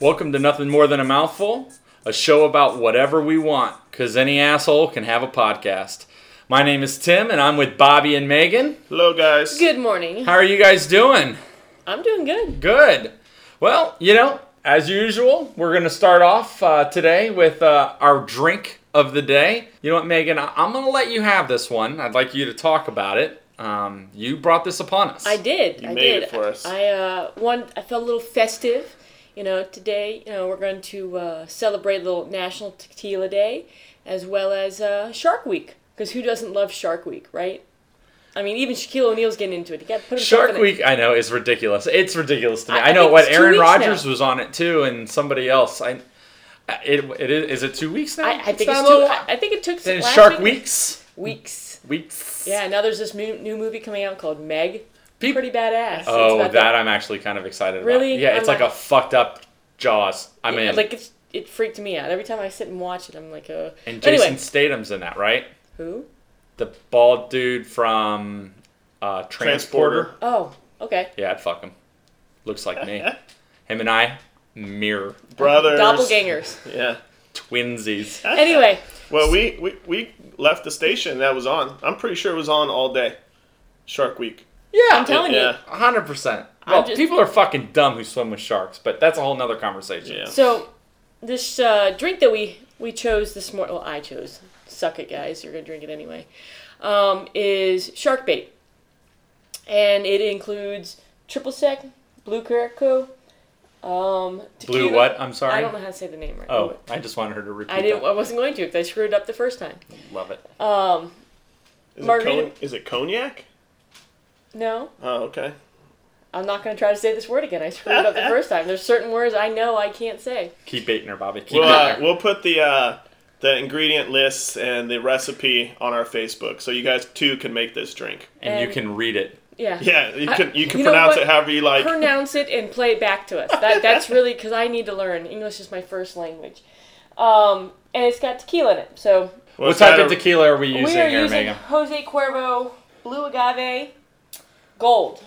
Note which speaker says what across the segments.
Speaker 1: Welcome to Nothing More Than a Mouthful, a show about whatever we want, because any asshole can have a podcast. My name is Tim, and I'm with Bobby and Megan.
Speaker 2: Hello, guys.
Speaker 3: Good morning.
Speaker 1: How are you guys doing?
Speaker 3: I'm doing good.
Speaker 1: Good. Well, you know, as usual, we're going to start off uh, today with uh, our drink of the day. You know what, Megan? I- I'm going to let you have this one. I'd like you to talk about it. Um, you brought this upon us.
Speaker 3: I did.
Speaker 2: You
Speaker 3: I
Speaker 2: made it
Speaker 3: did.
Speaker 2: for us.
Speaker 3: I uh, one. I felt a little festive. You know, today, you know, we're going to uh, celebrate a little National Tequila Day, as well as uh, Shark Week. Because who doesn't love Shark Week, right? I mean, even Shaquille O'Neal's getting into it. He got put himself in
Speaker 1: Shark
Speaker 3: it.
Speaker 1: Week, I know, is ridiculous. It's ridiculous to me.
Speaker 3: I-
Speaker 1: I,
Speaker 3: I
Speaker 1: know
Speaker 3: think
Speaker 1: what
Speaker 3: it's two
Speaker 1: Aaron
Speaker 3: weeks
Speaker 1: Rodgers
Speaker 3: now.
Speaker 1: was on it too, and somebody else. I, I- it, it is, is it two weeks now?
Speaker 3: I, I think it's
Speaker 1: not a
Speaker 3: too,
Speaker 1: little-
Speaker 3: I, I think it took
Speaker 1: Then it's
Speaker 3: last
Speaker 1: Shark
Speaker 3: week-
Speaker 1: Weeks,
Speaker 3: Weeks.
Speaker 1: weeks.
Speaker 3: Yeah. Now there's this new, new movie coming out called Meg.
Speaker 1: Peop-
Speaker 3: Pretty badass. It's
Speaker 1: oh,
Speaker 3: about
Speaker 1: that, I'm actually kind of excited
Speaker 3: Really?
Speaker 1: about. Yeah, it's
Speaker 3: I'm
Speaker 1: like
Speaker 3: not-
Speaker 1: a fucked up Jaws. I
Speaker 3: Yeah,
Speaker 1: mean,
Speaker 3: like it's, it freaked me out. Every time I sit and watch it, I'm like, uh.
Speaker 1: and Jason
Speaker 3: anyway,
Speaker 1: Statham's in that, right?
Speaker 3: who?
Speaker 1: The bald dude from uh, Transporter.
Speaker 2: Transporter.
Speaker 3: Oh, okay.
Speaker 1: Yeah, I'd fuck him. Looks like me. Him and I, mirror
Speaker 2: Brothers.
Speaker 3: Doppelgangers.
Speaker 2: Yeah.
Speaker 1: twinsies.
Speaker 3: Anyway,
Speaker 2: Well, we, we, we left the station that was on. I'm pretty sure it was on all day. Shark Week.
Speaker 1: Yeah,
Speaker 3: I'm telling you.
Speaker 2: Yeah.
Speaker 1: hundred percent. Well,
Speaker 3: just-
Speaker 1: people are fucking dumb who swim with sharks, but that's a whole nother conversation.
Speaker 2: Yeah.
Speaker 3: So, this uh, drink that we we chose this morning, well, I chose. Suck it, guys. You're gonna drink it anyway. Um, is shark bait, and it includes triple sec, blue caraco, um,
Speaker 1: Blue
Speaker 3: tequila-
Speaker 1: what? I'm sorry.
Speaker 3: I don't know how to say the name right.
Speaker 1: Oh, I just wanted her to repeat.
Speaker 3: I didn't.
Speaker 1: That.
Speaker 3: I wasn't going to because I screwed it up the first time.
Speaker 1: Love it.
Speaker 3: Um,
Speaker 2: Is
Speaker 3: Margarita.
Speaker 2: it con- is it cognac?
Speaker 3: no,
Speaker 2: Oh, okay.
Speaker 3: I'm not going to try to say this word again. I screwed it up the first time. There's certain words I know I can't say.
Speaker 1: Keep baiting her, Bobby. Keep
Speaker 2: We'll,
Speaker 1: baiting
Speaker 2: uh,
Speaker 1: her.
Speaker 2: we'll put the uh, the ingredient lists and the recipe on our Facebook, so you guys too can make this drink.
Speaker 1: and you
Speaker 3: and-
Speaker 1: can read it.
Speaker 3: Yeah.
Speaker 2: Yeah, you
Speaker 3: I-
Speaker 2: can you can
Speaker 3: you know
Speaker 2: pronounce
Speaker 3: what?
Speaker 2: it however you like.
Speaker 3: pronounce it and play it back to us. That, that's really because I need to learn. English is my first language. Um, and it's got tequila in it. So
Speaker 2: Well,
Speaker 1: What
Speaker 2: it's
Speaker 1: type
Speaker 2: got
Speaker 1: of
Speaker 2: a-
Speaker 1: tequila are we using
Speaker 3: we are
Speaker 1: here,
Speaker 3: using
Speaker 1: Megan?
Speaker 3: Jose Cuervo Blue Agave Gold.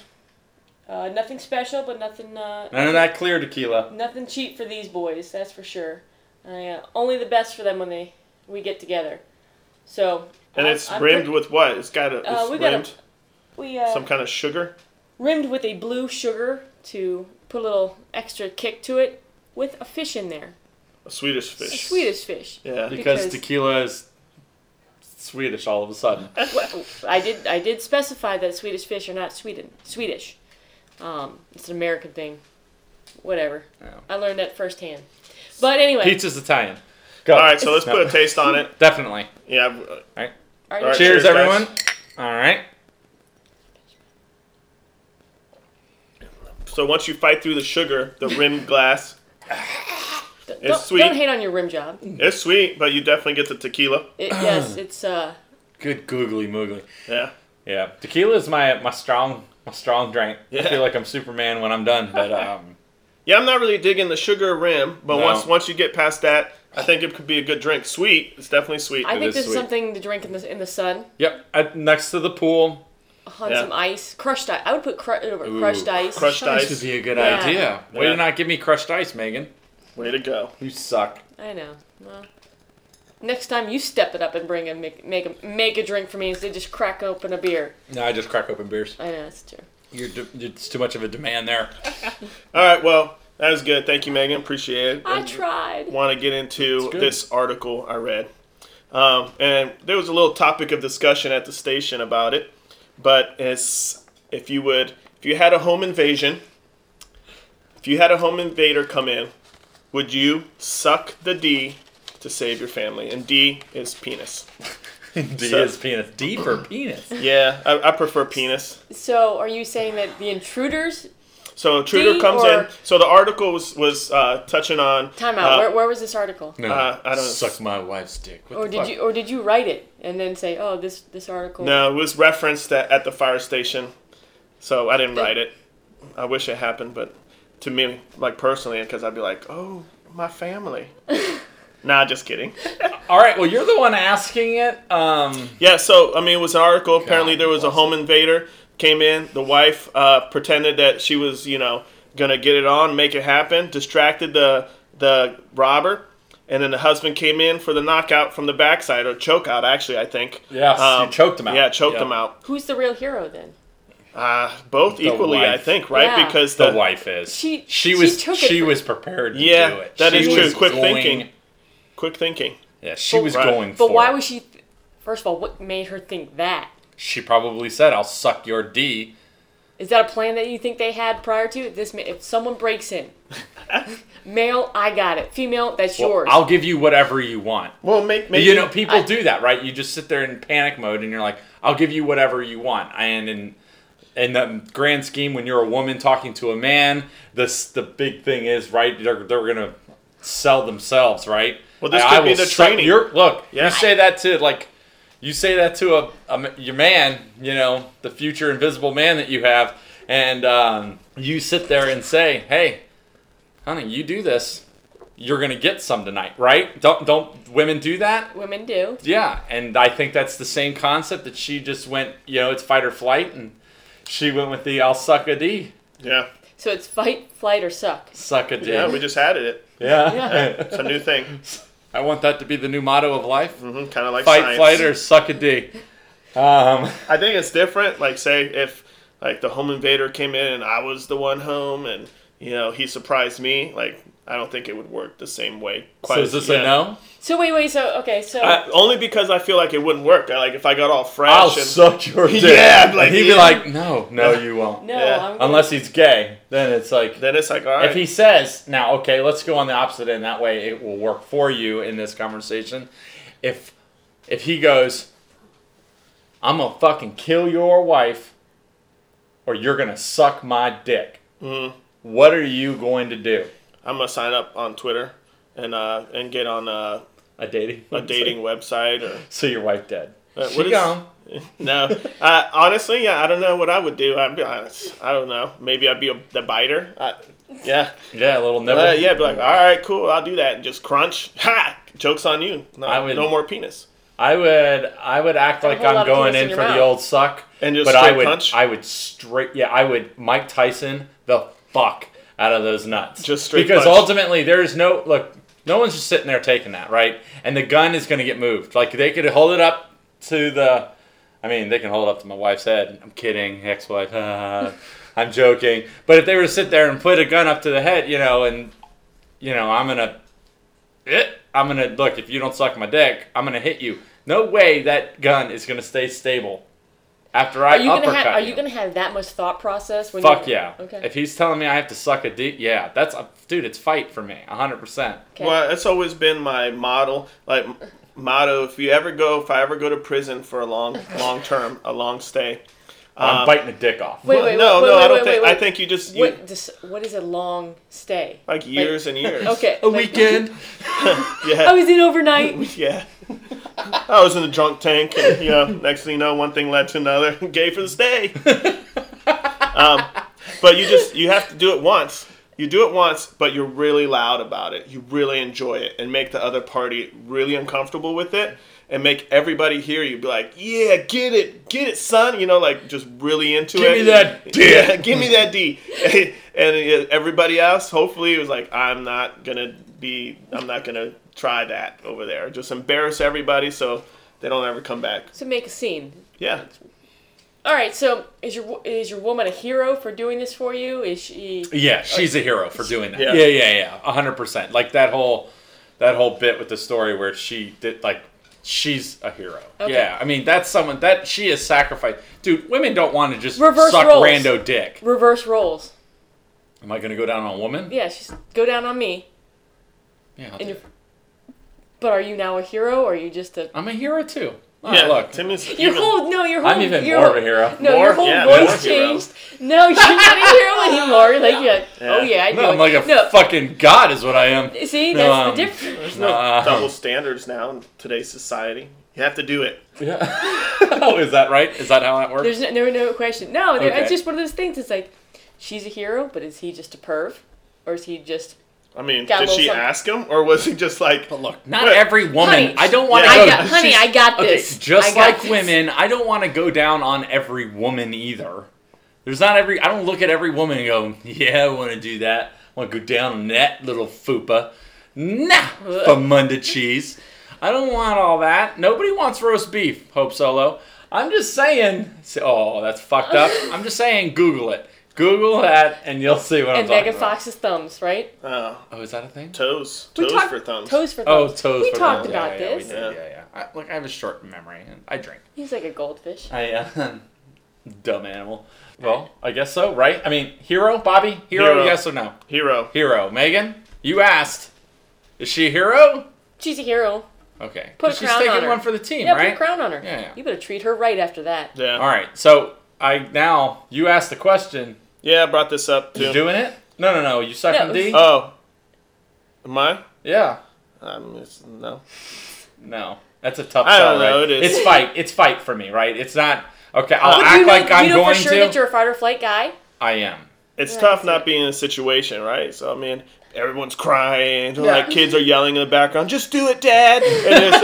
Speaker 3: Uh, nothing special, but nothing uh,
Speaker 1: None of that clear tequila.
Speaker 3: nothing cheap for these boys. That's for sure. I, uh, only the best for them when they we get together. So
Speaker 2: And
Speaker 3: I'm-
Speaker 2: it's
Speaker 3: I'm
Speaker 2: rimmed
Speaker 3: pretty-
Speaker 2: with what? It's got a,
Speaker 3: Uh,
Speaker 2: it's
Speaker 3: we got a-
Speaker 2: rimmed
Speaker 3: we uh,
Speaker 2: some kind of sugar.
Speaker 3: rimmed with a blue sugar to put a little extra kick to it, with a fish in there.
Speaker 2: A Swedish
Speaker 3: A
Speaker 2: fish.
Speaker 3: Swedish fish.
Speaker 2: Yeah.
Speaker 1: Because,
Speaker 3: Because-
Speaker 1: tequila is Swedish all of a sudden.
Speaker 3: Well, I did I did specify that Swedish fish are not Sweden Swedish. Um, it's an American thing. Whatever.
Speaker 1: Yeah.
Speaker 3: I learned that firsthand. But anyway,
Speaker 1: Pizza's Italian. Go.
Speaker 2: All right, so let's
Speaker 1: No.
Speaker 2: put a taste on it.
Speaker 1: Definitely.
Speaker 2: Yeah. uh,
Speaker 3: All
Speaker 2: all right.
Speaker 1: Cheers,
Speaker 2: cheers, guys.
Speaker 1: everyone. All right.
Speaker 2: So once you fight through the sugar, the rimmed glass,
Speaker 3: don't,
Speaker 2: it's sweet.
Speaker 3: don't hate on your rim job.
Speaker 2: it's sweet, but you definitely get the tequila.
Speaker 3: It- yes, it's uh,
Speaker 1: Good googly moogly.
Speaker 2: Yeah.
Speaker 1: Yeah, tequila is my my strong my strong drink. I
Speaker 2: Yeah.
Speaker 1: feel like I'm Superman when I'm done, but um,
Speaker 2: Yeah, I'm not really digging the sugar rim, but
Speaker 1: No.
Speaker 2: once once you get past that, I think it could be a good drink. Sweet, it's definitely sweet.
Speaker 3: I think
Speaker 1: is
Speaker 3: this is
Speaker 1: sweet.
Speaker 3: something to drink in the in the sun
Speaker 1: yep. At, next to the pool,
Speaker 3: on
Speaker 2: Yeah.
Speaker 3: some ice, crushed ice. I would put cru- uh, over
Speaker 1: Ooh,
Speaker 3: crushed ice.
Speaker 2: crushed
Speaker 1: ice
Speaker 2: ice.
Speaker 1: would be a good
Speaker 3: Yeah.
Speaker 1: idea. Way
Speaker 2: Yeah.
Speaker 1: to not give me crushed ice, Megan.
Speaker 2: Way to go.
Speaker 1: You suck.
Speaker 3: I know. Well, next time you step it up and bring a make make a, make a drink for me instead of just crack open a beer.
Speaker 1: No, I just crack open beers.
Speaker 3: I know that's true.
Speaker 1: You're de- it's too much of a demand there.
Speaker 2: All right, well, that was good. Thank you, Megan. Appreciate it.
Speaker 3: I tried.
Speaker 2: want to get into
Speaker 1: That's good.
Speaker 2: this article I read. Um, and there was a little topic of discussion at the station about it, but it's if you would if you had a home invasion, if you had a home invader come in, would you suck the D to save your family? And D is penis.
Speaker 1: D
Speaker 2: So-
Speaker 1: is penis. D for penis.
Speaker 2: Yeah, I, I prefer penis.
Speaker 3: So are you saying that the intruders
Speaker 2: So intruder
Speaker 3: D
Speaker 2: comes
Speaker 3: or-
Speaker 2: in. So the article was was uh, touching on
Speaker 3: Time out.
Speaker 2: uh,
Speaker 3: where, where was this article?
Speaker 1: No,
Speaker 2: Uh, I don't-
Speaker 1: suck my wife's dick. What
Speaker 3: Or
Speaker 1: the
Speaker 3: did
Speaker 1: fuck?
Speaker 3: you or did you write it and then say, "Oh, this this article"?
Speaker 2: No, it was referenced at, at the fire station, so I didn't write it. I wish it happened, but to me, like personally, because I'd be like, "Oh, my family." nah, just kidding.
Speaker 1: All right. Well, you're the one asking it. Um,
Speaker 2: Yeah, so I mean, it was an article. Apparently, there was a
Speaker 1: bless
Speaker 2: home invader came in. The wife uh, pretended that she was, you know, gonna get it on, make it happen. Distracted the the robber, and then the husband came in for the knockout from the backside or choke out. Actually, I think. Um,
Speaker 1: Yes, you choked him out.
Speaker 2: Yeah, choked
Speaker 1: Yeah.
Speaker 2: him out.
Speaker 3: Who's the real hero then?
Speaker 2: Uh, both equally, I
Speaker 1: wife.
Speaker 2: think, right?
Speaker 3: Yeah.
Speaker 2: Because
Speaker 1: the wife is.
Speaker 3: She-
Speaker 1: she
Speaker 3: she
Speaker 1: was she,
Speaker 3: took it for-
Speaker 1: was prepared to
Speaker 2: Yeah,
Speaker 1: do it.
Speaker 2: that
Speaker 1: She
Speaker 2: is true.
Speaker 1: was
Speaker 2: Quick
Speaker 1: going-
Speaker 2: thinking. Quick thinking.
Speaker 1: Yeah, she was
Speaker 2: Right.
Speaker 1: going for
Speaker 3: But why
Speaker 1: it.
Speaker 3: was she? First of all, what made her think that?
Speaker 1: she probably said, I'll suck your D.
Speaker 3: Is that a plan that you think they had prior to this? ma- If someone breaks in, male, I got it. Female, that's
Speaker 1: Well,
Speaker 3: yours.
Speaker 1: I'll give you whatever you want.
Speaker 2: Well, make, maybe
Speaker 1: you know, people
Speaker 3: I-
Speaker 1: do that, right? You just sit there in panic mode and you're like, I'll give you whatever you want. And in in the grand scheme, when you're a woman talking to a man, this the big thing is, right? They're, they're gonna sell themselves, right?
Speaker 2: Well, this
Speaker 1: I-
Speaker 2: could
Speaker 1: I
Speaker 2: be
Speaker 1: will
Speaker 2: the
Speaker 1: suck
Speaker 2: training.
Speaker 1: Your, look,
Speaker 2: Yeah.
Speaker 1: you say that to like, you say that to a, a m- your man, you know, the future invisible man that you have, and um, you sit there and say, hey, honey, you do this. You're gonna get some tonight, right? Don't don't women do that?
Speaker 3: Women do.
Speaker 1: Yeah, and I think that's the same concept that she just went, you know, it's fight or flight, and she went with the I'll suck a D.
Speaker 2: yeah,
Speaker 3: So it's fight, flight, or suck.
Speaker 1: Suck a D.
Speaker 2: yeah. We just had it.
Speaker 1: Yeah.
Speaker 2: It's a new thing.
Speaker 1: I want that to be the new motto of life
Speaker 2: hmm Kind of like
Speaker 1: fight,
Speaker 2: science.
Speaker 1: flight, or suck a D. Um,
Speaker 2: I think it's different. Like, say if like the home invader came in and I was the one home, and you know he surprised me. Like, I don't think it would work the same way. Quite
Speaker 1: so is
Speaker 2: as-
Speaker 1: this
Speaker 2: yeah.
Speaker 1: a no?
Speaker 3: So wait, wait. So okay. So
Speaker 1: Uh,
Speaker 2: I, only because I feel like it wouldn't work. I- Like if I got all fresh.
Speaker 1: I'll
Speaker 2: and,
Speaker 1: suck your dick.
Speaker 2: Yeah, I'd be like,
Speaker 1: and he'd
Speaker 2: yeah.
Speaker 1: be like, no, no, you won't.
Speaker 3: no,
Speaker 2: Yeah.
Speaker 3: I'm gonna-
Speaker 1: Unless he's gay, then it's like.
Speaker 2: Then it's like, all
Speaker 1: If
Speaker 2: right.
Speaker 1: he says, now, okay, let's go on the opposite end. That way it will work for you in this conversation. If if he goes, I'm going to fucking kill your wife or you're going to suck my dick,
Speaker 2: Mm-hmm.
Speaker 1: what are you going to do?
Speaker 2: I'm gonna sign up on Twitter and uh and get on uh,
Speaker 1: A dating?
Speaker 2: a dating website or
Speaker 1: So your wife dead.
Speaker 2: Uh,
Speaker 1: she
Speaker 2: what is-
Speaker 1: gone.
Speaker 2: no. uh, honestly, yeah, I don't know what I would do. I'd be honest. I don't know. Maybe I'd be a, the biter. I, yeah.
Speaker 1: Yeah, a little nibble.
Speaker 2: Uh, yeah, be like, all right, cool, I'll do that, and just crunch. Ha! Jokes on you. No,
Speaker 1: I would-
Speaker 2: no more penis.
Speaker 1: I would I would act like
Speaker 3: whole lot
Speaker 1: I'm
Speaker 3: of
Speaker 1: going
Speaker 3: penis in
Speaker 1: in for
Speaker 3: your
Speaker 1: the
Speaker 3: mouth.
Speaker 1: old suck,
Speaker 2: And just
Speaker 1: but I
Speaker 2: straight
Speaker 1: would
Speaker 2: punch?
Speaker 1: I would straight yeah I would Mike Tyson the fuck out of those nuts
Speaker 2: Just straight
Speaker 1: because
Speaker 2: punch.
Speaker 1: ultimately there is no look no one's just sitting there taking that right and the gun is going to get moved like they could hold it up to the I mean they can hold it up to my wife's head I'm kidding ex-wife I'm joking but if they were to sit there and put a gun up to the head you know and you know I'm gonna it. I'm gonna look. If you don't suck my dick, I'm gonna hit you. No way that gun is gonna stay stable after I
Speaker 3: are you gonna
Speaker 1: uppercut
Speaker 3: have? Are you
Speaker 1: you.
Speaker 3: gonna have that much thought process when?
Speaker 1: Fuck
Speaker 3: you,
Speaker 1: yeah.
Speaker 3: Okay.
Speaker 1: If he's telling me I have to suck a dick, yeah, that's a, dude. It's fight for me, hundred percent.
Speaker 3: Okay.
Speaker 2: Well, that's always been my model, like motto. If you ever go, if I ever go to prison for a long, long term, a long stay.
Speaker 1: I'm biting the dick off.
Speaker 3: Wait,
Speaker 2: Well,
Speaker 3: wait,
Speaker 2: no,
Speaker 3: wait,
Speaker 2: no,
Speaker 3: wait,
Speaker 2: I don't
Speaker 3: wait,
Speaker 2: think.
Speaker 3: wait,
Speaker 2: I
Speaker 3: wait.
Speaker 2: think you just you,
Speaker 3: what? This, what is a long stay?
Speaker 2: like years and years.
Speaker 3: Okay.
Speaker 1: A
Speaker 3: like-
Speaker 1: weekend.
Speaker 3: I
Speaker 2: Yeah.
Speaker 3: was in overnight.
Speaker 2: yeah. I was in the drunk tank, and you know, next thing you know, one thing led to another. Gay for the stay. um, but you just you have to do it once. You do it once, but you're really loud about it. You really enjoy it, and make the other party really uncomfortable with it, and make everybody hear you. Be like, "Yeah, get it, get it, son." You know, like just really into
Speaker 1: Give
Speaker 2: it.
Speaker 1: me that D.
Speaker 2: Yeah, give me that D. and uh, everybody else, hopefully, was like, "I'm not gonna be. I'm not gonna try that over there. Just embarrass everybody so they don't ever come back."
Speaker 3: to make a scene.
Speaker 2: Yeah.
Speaker 3: All right. So is your is your woman a hero for doing this for you? Is she?
Speaker 1: Yeah, she's a hero for doing that.
Speaker 2: Yeah.
Speaker 1: Yeah, yeah, yeah, a hundred percent. Like that whole, that whole bit with the story where she did like, she's a hero.
Speaker 3: Okay.
Speaker 1: Yeah, I mean that's someone that she is sacrificed. Dude, women don't want to just
Speaker 3: Reverse
Speaker 1: suck
Speaker 3: roles.
Speaker 1: rando dick.
Speaker 3: Reverse roles.
Speaker 1: Am I gonna go down on a woman?
Speaker 3: Yeah, she's go down on me.
Speaker 1: Yeah. I'll
Speaker 3: And
Speaker 1: do
Speaker 3: you're,
Speaker 1: it.
Speaker 3: but are you now a hero or are you just a
Speaker 1: I'm a hero too. Oh,
Speaker 2: yeah.
Speaker 1: look,
Speaker 2: Tim is
Speaker 3: your
Speaker 2: even-
Speaker 3: whole no your whole
Speaker 1: I'm even
Speaker 3: your,
Speaker 1: more of a hero.
Speaker 3: No,
Speaker 2: More?
Speaker 3: your whole
Speaker 2: Yeah, more
Speaker 3: voice
Speaker 2: hero.
Speaker 3: changed. No, you're not a hero anymore. Like you're like, oh yeah, I do.
Speaker 1: No, I'm like
Speaker 3: it.
Speaker 1: a fucking god is what I am. Uh,
Speaker 3: See,
Speaker 1: No,
Speaker 3: that's
Speaker 1: um,
Speaker 3: the difference.
Speaker 2: There's no
Speaker 1: Nah.
Speaker 2: double standards now in today's society. You have to do it.
Speaker 1: oh, is that right? Is that how that works?
Speaker 3: There's no, no, no question. No, there-
Speaker 1: Okay.
Speaker 3: it's just one of those things. It's like, she's a hero, but is he just a perv, or is he just?
Speaker 2: I mean,
Speaker 3: Got a
Speaker 2: did
Speaker 3: little
Speaker 2: she
Speaker 3: something.
Speaker 2: ask him, or was he just like,
Speaker 1: But look, not
Speaker 2: Wait.
Speaker 1: every woman.
Speaker 3: Honey,
Speaker 1: I don't want to
Speaker 2: yeah.
Speaker 1: go.
Speaker 3: I got, honey, I got
Speaker 1: Okay,
Speaker 3: this.
Speaker 1: just
Speaker 3: I got
Speaker 1: like
Speaker 3: this.
Speaker 1: women, I don't want to go down on every woman either. There's not every. I don't look at every woman and go, "Yeah, I want to do that. I want to go down on that little fupa." Nah, famunda cheese. I don't want all that. Nobody wants roast beef. Hope Solo. I'm just saying. say- Oh, that's fucked up. I'm just saying. Google it. Google that, and you'll see what I'm
Speaker 3: And
Speaker 1: talking
Speaker 3: Megan
Speaker 1: about.
Speaker 3: Fox's thumbs, right?
Speaker 2: Uh,
Speaker 1: Oh, is that a thing?
Speaker 2: toes.
Speaker 3: We
Speaker 2: Toes
Speaker 3: talked-
Speaker 2: for thumbs.
Speaker 3: Toes for
Speaker 1: Oh,
Speaker 3: thumbs.
Speaker 1: toes.
Speaker 3: We
Speaker 1: for
Speaker 3: talked
Speaker 1: thumbs.
Speaker 3: about
Speaker 1: yeah, yeah, we
Speaker 3: this.
Speaker 1: did. Yeah, yeah. I, like I have a short memory, and I drink.
Speaker 3: He's like a goldfish.
Speaker 1: I uh, dumb animal. Well, I guess so, right? I mean, hero, Bobby, hero,
Speaker 2: Hero.
Speaker 1: yes or no?
Speaker 2: Hero.
Speaker 1: Hero, Megan, you asked. Is she a hero?
Speaker 3: She's a hero.
Speaker 1: Okay.
Speaker 3: Put a
Speaker 1: 'Cause she's
Speaker 3: crown
Speaker 1: taking
Speaker 3: on her.
Speaker 1: one for the team,
Speaker 3: Yeah,
Speaker 1: right?
Speaker 3: put a crown on her.
Speaker 1: Yeah, yeah.
Speaker 3: You better treat her right after that.
Speaker 2: Yeah.
Speaker 1: All right. So I now you asked the question.
Speaker 2: Yeah, I brought this up
Speaker 1: You
Speaker 2: too.
Speaker 1: doing it? No, no, no. You sucking
Speaker 3: No.
Speaker 1: D?
Speaker 2: oh. Am I?
Speaker 1: yeah.
Speaker 2: Um, it's, no.
Speaker 1: No. That's a tough
Speaker 2: I
Speaker 1: sell,
Speaker 2: don't know,
Speaker 1: right?
Speaker 2: it is.
Speaker 1: It's fight. It's fight for me, right? It's not. Okay, I'll
Speaker 3: But
Speaker 1: act
Speaker 3: you know,
Speaker 1: like
Speaker 3: you
Speaker 1: I'm
Speaker 3: know
Speaker 1: going
Speaker 3: for sure
Speaker 1: to.
Speaker 3: that you're a fight or flight guy.
Speaker 1: I am.
Speaker 2: It's
Speaker 3: Yeah,
Speaker 2: tough
Speaker 3: that's
Speaker 2: not
Speaker 3: it.
Speaker 2: being in a situation, right? So I mean, everyone's crying,
Speaker 1: Yeah.
Speaker 2: like kids are yelling in the background, "Just do it, Dad!" And it's,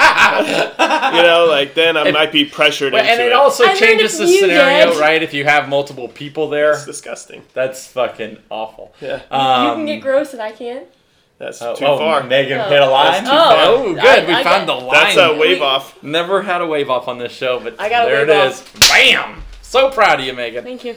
Speaker 2: uh, like, you know, like then I might be pressured
Speaker 1: But,
Speaker 2: into
Speaker 1: and it
Speaker 2: it.
Speaker 1: also
Speaker 3: I learned
Speaker 1: changes
Speaker 3: it's
Speaker 1: the
Speaker 3: you,
Speaker 1: scenario,
Speaker 3: Dad.
Speaker 1: right? If you have multiple people there,
Speaker 2: It's disgusting.
Speaker 1: that's fucking awful.
Speaker 2: Yeah,
Speaker 1: Um,
Speaker 3: you can get gross and I can't.
Speaker 2: that's
Speaker 1: oh,
Speaker 2: too
Speaker 1: oh,
Speaker 2: far.
Speaker 1: Megan
Speaker 3: Oh.
Speaker 1: hit a line.
Speaker 2: That's too
Speaker 1: Oh,
Speaker 2: far.
Speaker 1: good.
Speaker 3: I-
Speaker 1: we
Speaker 3: I
Speaker 1: found
Speaker 3: got-
Speaker 1: the line.
Speaker 2: That's a
Speaker 3: We-
Speaker 2: wave off.
Speaker 1: Never had a wave off on this show, but
Speaker 3: I got a
Speaker 1: there it
Speaker 3: wave
Speaker 1: is. Bam! So proud of you, Megan.
Speaker 3: Thank you.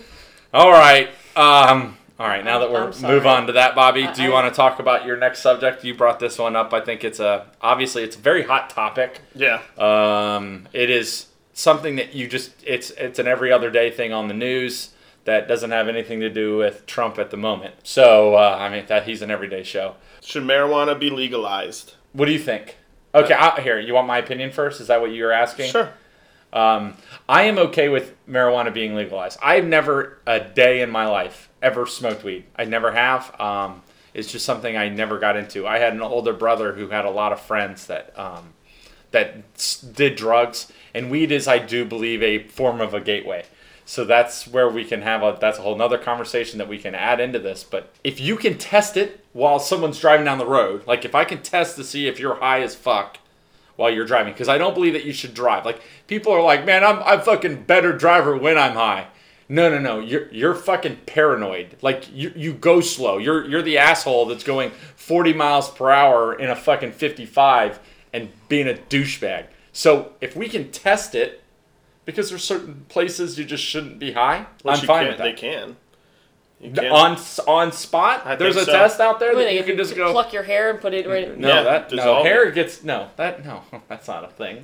Speaker 1: All right. Um, all right. Now that we're
Speaker 3: I'm sorry.
Speaker 1: move on to that, Bobby, do you
Speaker 3: I-
Speaker 1: want to talk about your next subject? You brought this one up. I think it's a obviously it's a very hot topic.
Speaker 2: Yeah,
Speaker 1: Um, it is something that you just it's it's an every other day thing on the news that doesn't have anything to do with Trump at the moment. So uh, I mean that he's an everyday show.
Speaker 2: should marijuana be legalized?
Speaker 1: What do you think? Okay, I, here you want my opinion first. Is that what you were asking?
Speaker 2: Sure.
Speaker 1: Um, I am okay with marijuana being legalized. I've never a day in my life ever smoked weed. I never have. Um, it's just something I never got into. I had an older brother who had a lot of friends that um, that s- did drugs, and weed is, I do believe, a form of a gateway. So that's where we can have a that's a whole nother conversation that we can add into this. But if you can test it while someone's driving down the road, like if I can test to see if you're high as fuck while you're driving because I don't believe that you should drive. Like people are like, man, I'm I'm fucking better driver when I'm high. No, no, no. You're you're fucking paranoid. Like you you go slow. You're you're the asshole that's going 40 miles per hour in a fucking 55 and being a douchebag. So if we can test it, because there's certain places you just shouldn't be high,
Speaker 2: Which
Speaker 1: I'm
Speaker 2: you
Speaker 1: fine
Speaker 2: can,
Speaker 1: with
Speaker 2: They
Speaker 1: that.
Speaker 2: can. You
Speaker 1: D-
Speaker 2: can.
Speaker 1: On s- on spot,
Speaker 2: I
Speaker 1: there's a
Speaker 2: think so.
Speaker 1: test out there
Speaker 3: What,
Speaker 1: that
Speaker 3: they
Speaker 1: you can just go.
Speaker 3: pluck your hair and put it right.
Speaker 1: no,
Speaker 2: Yeah,
Speaker 1: that no
Speaker 2: dissolve it.
Speaker 1: hair gets no that no that's not a thing.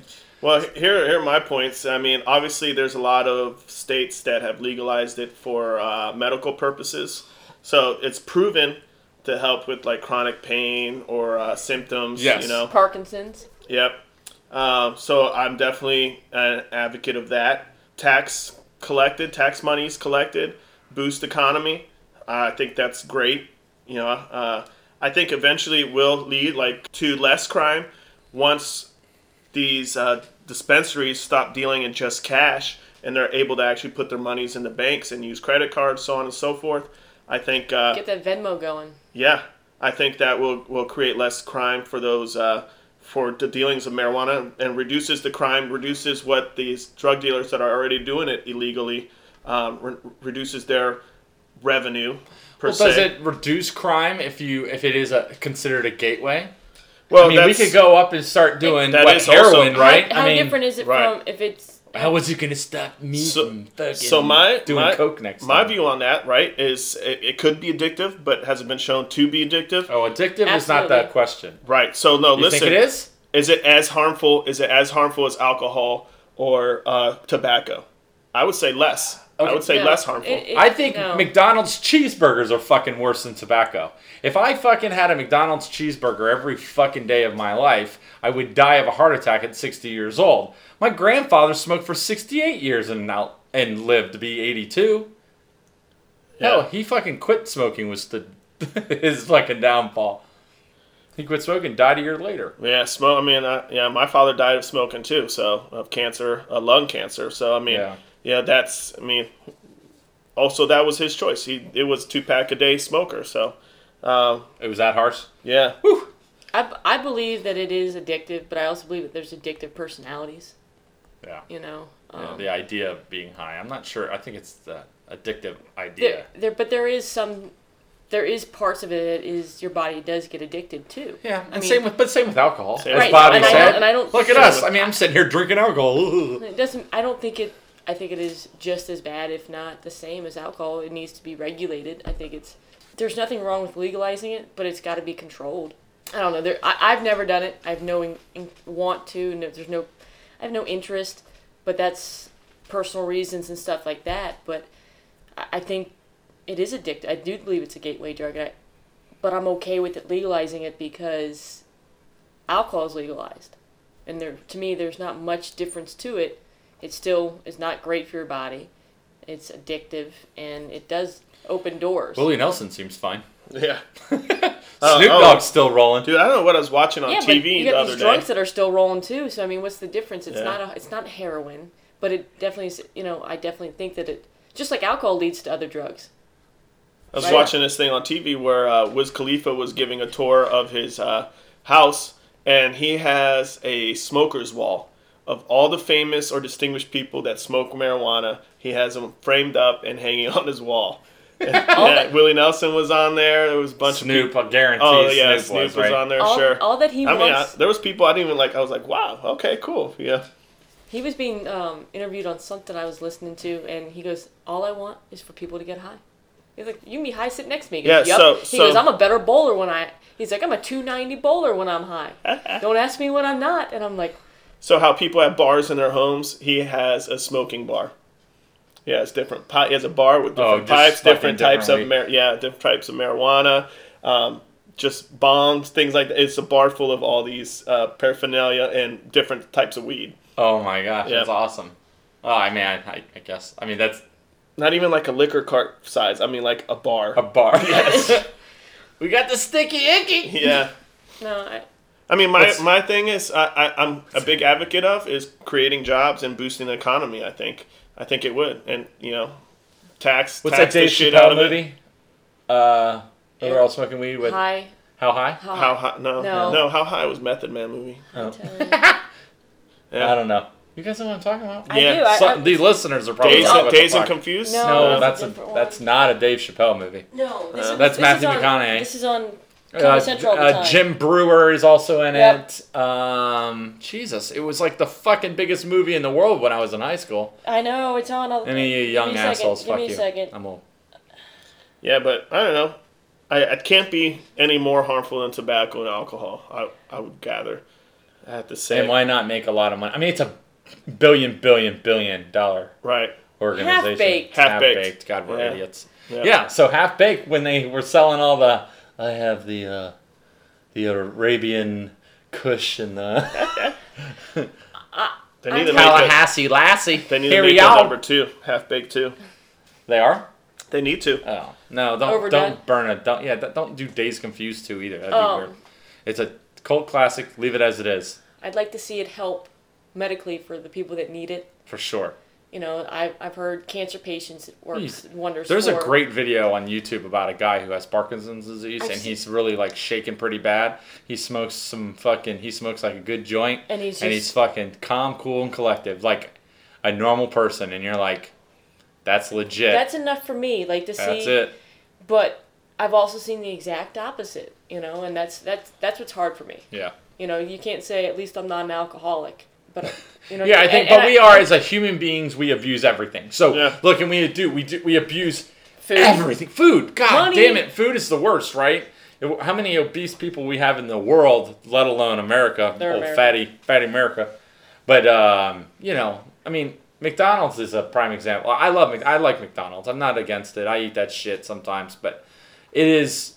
Speaker 2: Well, here, here are my points. I mean, obviously, there's a lot of states that have legalized it for uh, medical purposes. So it's proven to help with like chronic pain or uh, symptoms.
Speaker 1: Yes.
Speaker 2: You know.
Speaker 3: Parkinson's.
Speaker 2: Yep. Um, so I'm definitely an advocate of that. Tax collected, tax monies collected, boost economy. Uh, I think that's great. You know, uh, I think eventually it will lead like to less crime once these uh, dispensaries stop dealing in just cash and they're able to actually put their monies in the banks and use credit cards, so on and so forth. I think uh,
Speaker 3: Get that Venmo going.
Speaker 2: yeah, I think that will will create less crime for those uh, for the dealings of marijuana and reduces the crime, reduces what these drug dealers that are already doing it illegally, um, re- reduces their revenue per
Speaker 1: Well,
Speaker 2: se.
Speaker 1: does it reduce crime if you if it is a considered a gateway?
Speaker 2: well,
Speaker 1: I mean, we
Speaker 2: that's-
Speaker 1: could go up and start doing
Speaker 2: That
Speaker 1: what
Speaker 2: is
Speaker 1: heroin,
Speaker 2: also-
Speaker 1: right?
Speaker 3: How,
Speaker 1: I mean,
Speaker 3: different is it
Speaker 2: right.
Speaker 3: from if it's?
Speaker 1: how is it going to stop me
Speaker 2: So-
Speaker 1: from fucking
Speaker 2: so my
Speaker 1: doing
Speaker 2: my,
Speaker 1: coke next?
Speaker 2: my
Speaker 1: time?
Speaker 2: view on that right is it, it could be addictive, but hasn't been shown to be addictive.
Speaker 1: Oh, addictive is not
Speaker 3: Absolutely.
Speaker 1: that question.
Speaker 2: Right. So no,
Speaker 1: You
Speaker 2: listen.
Speaker 1: think it is?
Speaker 2: is it as harmful is it as harmful as alcohol or uh, tobacco i would say less i
Speaker 1: Okay.
Speaker 2: would say
Speaker 3: No,
Speaker 2: less harmful
Speaker 3: it- it-
Speaker 1: I think
Speaker 3: no.
Speaker 1: McDonald's cheeseburgers are fucking worse than tobacco. If I fucking had a McDonald's cheeseburger every fucking day of my life, I would die of a heart attack at 60 years old. My grandfather smoked for 68 years and now and lived to be 82. Hell,
Speaker 2: Yeah.
Speaker 1: he fucking quit smoking was the his fucking downfall. He quit smoking, died a year later.
Speaker 2: yeah smoke i mean uh, yeah my father died of smoking too so of cancer uh, lung cancer so i mean
Speaker 1: Yeah.
Speaker 2: yeah. that's i mean also that was his choice he it was two pack a day smoker so um,
Speaker 1: It was that harsh.
Speaker 2: yeah
Speaker 3: I, I believe that it is addictive, but I also believe that there's addictive personalities.
Speaker 1: Yeah.
Speaker 3: You know.
Speaker 1: Yeah,
Speaker 3: Um,
Speaker 1: the idea of being high. I'm not sure. I think it's the addictive idea.
Speaker 3: There, there, but there is some, there is parts of it that is your body does get addicted to.
Speaker 1: yeah, and
Speaker 3: I mean,
Speaker 1: same with but same with alcohol.
Speaker 2: Same
Speaker 1: As
Speaker 2: with
Speaker 1: Bobby
Speaker 2: alcohol.
Speaker 1: said,
Speaker 2: And I don't-
Speaker 3: and I don't-
Speaker 1: look at
Speaker 2: Same
Speaker 1: us.
Speaker 2: with-
Speaker 1: I mean, I'm sitting here drinking alcohol.
Speaker 3: It doesn't. I don't think it. I think it is just as bad, if not the same, as alcohol. It needs to be regulated. I think it's. There's nothing wrong with legalizing it, but it's got to be controlled. I don't know. There, I, I've never done it. I've no in, in- want to. No, there's no. I have no interest, but that's personal reasons and stuff like that. But I, I think it is addictive. I do believe it's a gateway drug, and I, but I'm okay with it legalizing it because alcohol is legalized and there to me there's not much difference to it it still is not great for your body it's addictive and it does open doors
Speaker 1: Willie Nelson seems fine.
Speaker 2: Yeah.
Speaker 1: Snoop
Speaker 2: oh.
Speaker 1: Dogg's still rolling.
Speaker 2: Dude, I don't know what I was watching on
Speaker 3: yeah but
Speaker 2: TV
Speaker 3: you
Speaker 2: the
Speaker 3: got
Speaker 2: other
Speaker 3: these
Speaker 2: day.
Speaker 3: drunks that are still rolling too so i mean what's the difference it's
Speaker 2: Yeah.
Speaker 3: not a, it's not heroin but it definitely is you know i definitely think that it just like alcohol leads to other drugs
Speaker 2: I was
Speaker 3: Right.
Speaker 2: watching this thing on TV where uh, Wiz Khalifa was giving a tour of his uh, house, and he has a smoker's wall of all the famous or distinguished people that smoke marijuana. He has them framed up and hanging on his wall.
Speaker 3: Oh.
Speaker 2: yeah, Willie Nelson was on there. There was a bunch of
Speaker 1: Snoop, I guarantee.
Speaker 2: people. Oh yeah,
Speaker 1: Snoop,
Speaker 2: Snoop
Speaker 1: was,
Speaker 2: was,
Speaker 1: right?
Speaker 2: on there.
Speaker 3: all,
Speaker 2: sure.
Speaker 3: all that he
Speaker 2: I mean, I,
Speaker 3: wants
Speaker 2: there was people I didn't even like. I was like, wow, okay, cool. Yeah,
Speaker 3: he was being um, interviewed on something i was listening to and he goes all i want is for people to get high He's like, you can be high sitting next to me. He goes,
Speaker 2: Yeah,
Speaker 3: "Yup."
Speaker 2: so-
Speaker 3: he
Speaker 2: so-
Speaker 3: goes, I'm a better bowler when I. He's like, I'm a 290 bowler when I'm high. Don't ask me when I'm not. And I'm like,
Speaker 2: So how people have bars in their homes, he has a smoking bar. Yeah, it's different. Pi- He has a bar with
Speaker 1: Oh,
Speaker 2: different
Speaker 1: just
Speaker 2: pipes,
Speaker 1: fucking
Speaker 2: different types of
Speaker 1: different
Speaker 2: mar- yeah, different types of marijuana, um, just bombs, things like that. It's a bar full of all these uh, paraphernalia and different types of weed.
Speaker 1: Oh my gosh, that's
Speaker 2: Yeah.
Speaker 1: awesome. Oh, I mean, I, I guess. I mean, that's
Speaker 2: Not even like a liquor cart size. I mean, like a bar.
Speaker 1: a bar. Yes. we got the sticky icky.
Speaker 2: yeah.
Speaker 3: no, I,
Speaker 2: I mean, my,
Speaker 1: What's-
Speaker 2: my thing is, I, I, I'm a big advocate of is creating jobs and boosting the economy. I think, I think it would, and you know, tax
Speaker 1: What's that
Speaker 2: tax the
Speaker 1: Dave
Speaker 2: shit
Speaker 1: Chappelle
Speaker 2: out of it.
Speaker 1: movie? Uh, where they're all smoking weed with
Speaker 3: high,
Speaker 1: how high?
Speaker 3: high.
Speaker 2: How high? No,
Speaker 3: Uh, No.
Speaker 2: no, How high was Method Man movie?
Speaker 1: Oh,
Speaker 2: Yeah.
Speaker 1: I don't know. You guys know what I'm talking about?
Speaker 3: I
Speaker 2: Yeah,
Speaker 3: do. I,
Speaker 1: Some,
Speaker 3: I,
Speaker 1: the listeners are probably
Speaker 2: Days,
Speaker 1: like, what the
Speaker 2: Days and
Speaker 1: fuck?
Speaker 2: Confused.
Speaker 3: No.
Speaker 1: No,
Speaker 3: Oh,
Speaker 1: that's a,
Speaker 3: different one.
Speaker 1: that's not a Dave Chappelle movie.
Speaker 3: no, this
Speaker 2: Uh,
Speaker 3: is,
Speaker 1: that's
Speaker 3: this
Speaker 1: Matthew
Speaker 3: is on,
Speaker 1: McConaughey.
Speaker 3: This is on Comedy
Speaker 1: Uh,
Speaker 3: Central all the
Speaker 1: uh,
Speaker 3: time.
Speaker 1: Jim Brewer is also in
Speaker 3: Yep.
Speaker 1: it. Um, Jesus, it was like the fucking biggest movie in the world when I was in high school.
Speaker 3: I know it's on. All,
Speaker 1: I mean, you
Speaker 3: Give me
Speaker 1: young
Speaker 3: a second,
Speaker 1: assholes,
Speaker 3: Give
Speaker 1: fuck
Speaker 3: me a
Speaker 1: you.
Speaker 3: second.
Speaker 1: I'm old.
Speaker 2: Yeah, but I don't know. I, it can't be any more harmful than tobacco and alcohol. I, I would gather. I have to say.
Speaker 1: And why not make a lot of money? I mean, it's a billion, billion, billion dollar
Speaker 2: Right.
Speaker 1: organization.
Speaker 3: Half-baked.
Speaker 2: Half-baked.
Speaker 1: Half-baked. God, we're
Speaker 2: Yeah.
Speaker 1: idiots.
Speaker 2: Yeah.
Speaker 1: Yeah. So half baked when they were selling all the, I have the, uh, the Arabian Kush and the
Speaker 2: They need to make that.
Speaker 1: Tallahassee Lassie.
Speaker 2: They need
Speaker 1: Here
Speaker 2: to make
Speaker 1: we
Speaker 2: that
Speaker 1: are.
Speaker 2: number two, half baked two.
Speaker 1: They are.
Speaker 2: They need to.
Speaker 1: Oh no! Don't
Speaker 3: Overdone.
Speaker 1: don't burn it. Don't yeah. Don't don't do Days Confused too either. That'd
Speaker 3: Oh.
Speaker 1: be weird. It's a cult classic. Leave it as it is
Speaker 3: I'd like to see it help medically for the people that need it.
Speaker 1: for sure.
Speaker 3: You know, I, I've heard cancer patients it works wonders.
Speaker 1: There's a
Speaker 3: for.
Speaker 1: great video on YouTube about a guy who has Parkinson's disease
Speaker 3: I've
Speaker 1: and
Speaker 3: seen-
Speaker 1: he's really like shaking pretty bad. He smokes some fucking. He smokes like a good joint
Speaker 3: And he's
Speaker 1: and
Speaker 3: just-
Speaker 1: he's fucking calm, cool, and collective, like a normal person. And you're like, that's legit.
Speaker 3: That's enough for me. Like to see.
Speaker 1: That's it.
Speaker 3: but I've also seen the exact opposite, you know, and that's that's that's what's hard for me.
Speaker 1: Yeah.
Speaker 3: You know, you can't say at least I'm not an alcoholic, but you know.
Speaker 1: Yeah, I think,
Speaker 3: and- and
Speaker 1: but we are as a human beings, we abuse everything. So
Speaker 2: Yeah.
Speaker 1: look, and we do, we do, we abuse
Speaker 3: Food.
Speaker 1: everything. Food, god
Speaker 3: Money.
Speaker 1: damn it, food is the worst, right? It- How many obese people we have in the world, let alone America,
Speaker 3: They're
Speaker 1: old
Speaker 3: American.
Speaker 1: fatty, fatty America. But um, you know, I mean, McDonald's is a prime example. I love, Mc- I like McDonald's. I'm not against it. I eat that shit sometimes, but it is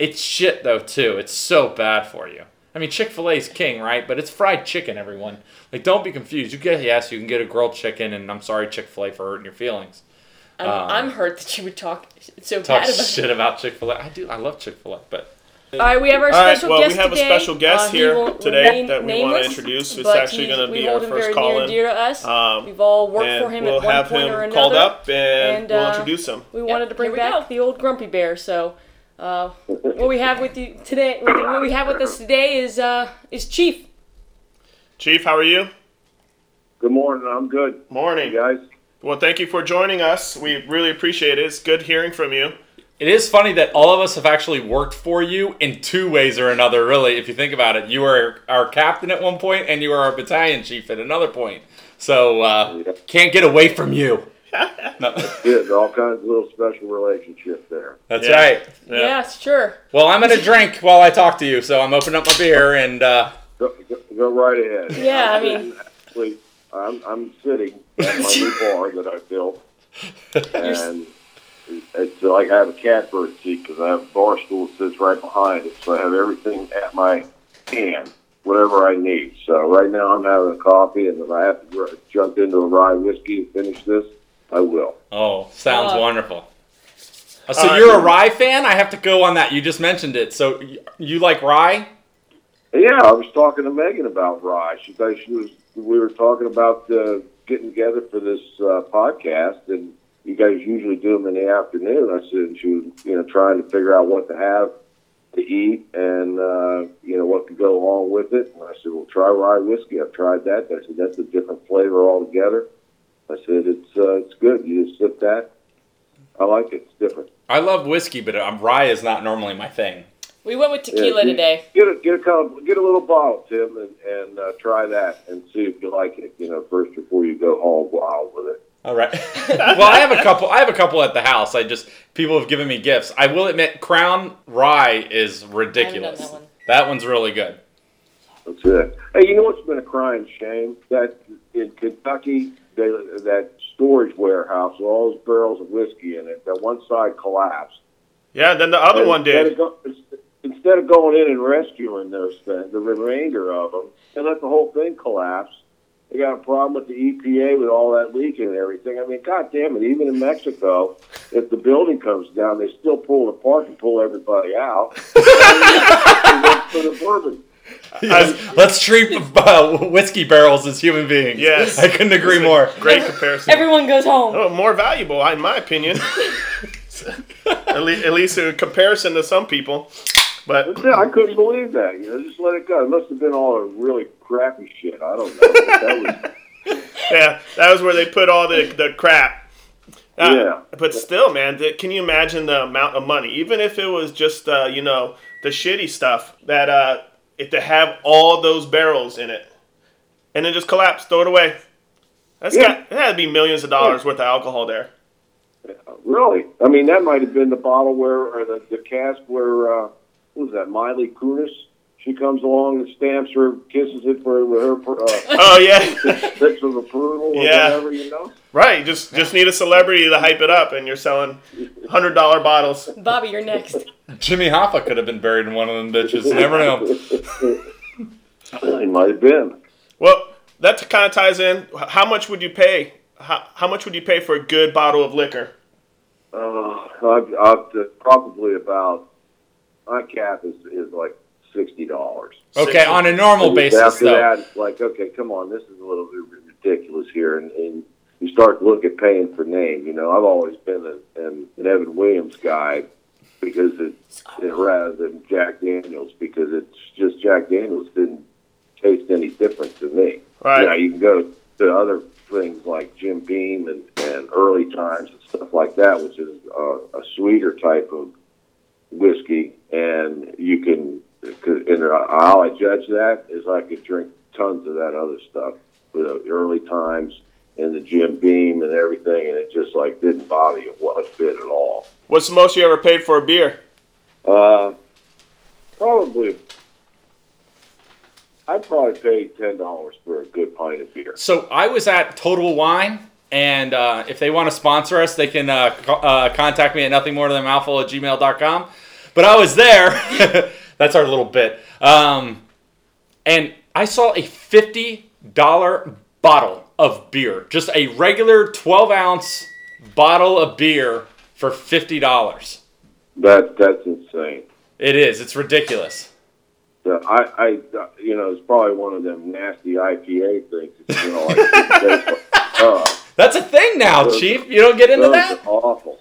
Speaker 1: it's shit though too. It's so bad for you. I mean, Chick Fil A's king, right? But it's fried chicken. Everyone, like, don't be confused. You get yes, you can get a grilled chicken, and I'm sorry, Chick Fil A, for hurting your feelings.
Speaker 3: I'm, I'm hurt that you would talk so
Speaker 1: Talk
Speaker 3: bad about.
Speaker 1: shit about Chick Fil A. I do. I love Chick Fil A, but
Speaker 3: All right, we have our
Speaker 2: All right,
Speaker 3: special
Speaker 2: well, we
Speaker 3: guest
Speaker 2: have a
Speaker 3: today. Uh,
Speaker 2: special guest
Speaker 3: he
Speaker 2: here
Speaker 3: won't
Speaker 2: today
Speaker 3: remain
Speaker 2: that we wanna
Speaker 3: nameless,
Speaker 2: introduce. It's
Speaker 3: but
Speaker 2: actually
Speaker 3: he's-
Speaker 2: gonna
Speaker 3: we
Speaker 2: be
Speaker 3: hold
Speaker 2: our
Speaker 3: him
Speaker 2: first
Speaker 3: very near
Speaker 2: call-in.
Speaker 3: and dear to us.
Speaker 2: Um,
Speaker 3: We've all worked
Speaker 2: and
Speaker 3: for him
Speaker 2: we'll
Speaker 3: at one
Speaker 2: have
Speaker 3: point
Speaker 2: him
Speaker 3: or another.
Speaker 2: called up and,
Speaker 3: and,
Speaker 2: we'll
Speaker 3: uh,
Speaker 2: introduce him.
Speaker 3: We wanted to bring
Speaker 4: here we
Speaker 3: back
Speaker 4: go.
Speaker 3: the old grumpy bear. So, uh, what we have with you today, what we have with us today is uh, is Chief.
Speaker 2: Chief, how are you?
Speaker 4: Good morning. I'm good.
Speaker 2: Morning.
Speaker 4: Hey guys,
Speaker 2: Well, thank you for joining us. We really appreciate it. It's good hearing from you.
Speaker 1: It is funny that all of us have actually worked for you in two ways or another, really, if you think about it. You were our captain at one point, and you were our battalion chief at another point. So, uh,
Speaker 4: Yeah.
Speaker 1: can't get away from you. No.
Speaker 4: Good. All kinds of little special relationships there.
Speaker 1: That's
Speaker 2: Yeah.
Speaker 1: right.
Speaker 3: Yes, sure.
Speaker 1: Well, I'm going to drink while I talk to you, so I'm opening up my beer and. Uh,
Speaker 4: Go, go- go right ahead.
Speaker 3: Yeah, I mean,
Speaker 4: Actually, I'm, I'm sitting at my new bar that I built, and it's like I have a catbird seat because I have a bar stool that sits right behind it, so I have everything at my hand, whatever I need. So right now I'm having a coffee, and if I have to gr- jump into a rye whiskey to finish this, I will.
Speaker 1: oh, sounds
Speaker 3: Uh,
Speaker 1: wonderful. Uh, so,
Speaker 2: uh,
Speaker 1: you're a rye fan? I have to go on that. You just mentioned it. So, y- you like rye?
Speaker 4: Yeah, I was talking to Megan about Rye. She thought she was. We were talking about uh, getting together for this uh, podcast, and you guys usually do them in the afternoon. I said and she was, you know, trying to figure out what to have to eat and uh, you know what to go along with it. And I said, well, try rye whiskey. I've tried that. I said that's a different flavor altogether. I said it's uh, it's good. You just sip that. I like it. It's different.
Speaker 1: I love whiskey, but um, rye is not normally my thing.
Speaker 3: we went with tequila
Speaker 4: Yeah, you-
Speaker 3: today.
Speaker 4: Get a get a couple, get a little bottle, Tim, and, and uh, try that and see if you like it. You know, first before you go all wild with it.
Speaker 1: All right. well, I have a couple. I have a couple at the house. I just people have given me gifts. I will admit, Crown Rye is ridiculous.
Speaker 3: that one.
Speaker 1: That one's really good.
Speaker 4: That's it. Hey, you know what's been a crying shame that in Kentucky they, that storage warehouse with all those barrels of whiskey in it, that one side collapsed.
Speaker 2: Yeah, then the other
Speaker 4: And
Speaker 2: one
Speaker 4: instead
Speaker 2: did.
Speaker 4: of go- Instead of going in and rescuing those things, the remainder of them, and let the whole thing collapse, they got a problem with the EPA with all that leaking and everything. I mean, God damn it! Even in Mexico, if the building comes down, they still pull it apart and pull everybody out. And then for the bourbon.
Speaker 1: Yes, let's treat uh, whiskey barrels as human beings.
Speaker 2: Yes.
Speaker 1: I couldn't agree more.
Speaker 2: Great comparison.
Speaker 3: Everyone goes home.
Speaker 2: Oh, more valuable, in my opinion. at, le- at least in comparison to some people. But
Speaker 4: Yeah, I couldn't believe that. You know, just let it go. It must have been all a really crappy shit. I don't know. but That was.
Speaker 2: yeah, that was where they put all the, the crap. Uh,
Speaker 4: Yeah.
Speaker 2: But still, man, th- can you imagine the amount of money? Even if it was just, uh, you know, the shitty stuff that, uh, if to have all those barrels in it and then just collapse, throw it away. That's
Speaker 4: Yeah.
Speaker 2: got, that'd be millions of dollars worth of alcohol there.
Speaker 4: Really? I mean, that might have been the bottle where, or the, the cask where, uh, what was that, Miley Kunis? She comes along and stamps her, kisses it for with her uh,
Speaker 2: Oh, yeah.
Speaker 4: lips of approval or
Speaker 2: Yeah.
Speaker 4: whatever, you know?
Speaker 2: right. Just, just need a celebrity to hype it up and you're selling $100 bottles.
Speaker 3: Bobby, you're next.
Speaker 1: Jimmy Hoffa could have been buried in one of them bitches. You never know.
Speaker 4: It might have been.
Speaker 2: Well, that kind of ties in. H- How much would you pay? How, how much would you pay for a good bottle of liquor?
Speaker 4: Uh, I've, I've probably about, my cap is, is like $60.
Speaker 1: Okay, on a normal basis
Speaker 4: after
Speaker 1: though.
Speaker 4: that, it's like, okay, come on, this is a little bit ridiculous here, and, and you start to look at paying for name. You know, I've always been a, an, an Evan Williams guy because it, it rather than Jack Daniels because it's just Jack Daniels didn't taste any different to me.
Speaker 2: Right.
Speaker 4: Now you can go to other things like Jim Beam and, and early times and stuff like that, which is uh, a sweeter type of whiskey, and you can. 'cause- And how I judge that is I could drink tons of that other stuff, you know, early times and the Jim Beam and everything, and it just like didn't bother you one bit at all.
Speaker 2: What's the most you ever paid for a beer?
Speaker 4: Uh, probably, I'd probably pay ten dollars for a good pint of beer.
Speaker 1: So I was at Total Wine, and uh, if they want to sponsor us, they can uh, co- uh, contact me at nothing more than mouthful at gmail.com. But I was there. That's our little bit. Um, and I saw a $50 bottle of beer, just a regular 12 ounce bottle of beer for $50.
Speaker 4: That that's insane.
Speaker 1: It is. It's ridiculous.
Speaker 4: So I, I, you know, it's probably one of them nasty IPA things. You know, like, it's like, oh,
Speaker 1: That's a thing now, Chief. You don't get into
Speaker 4: those
Speaker 1: that?
Speaker 4: are awful.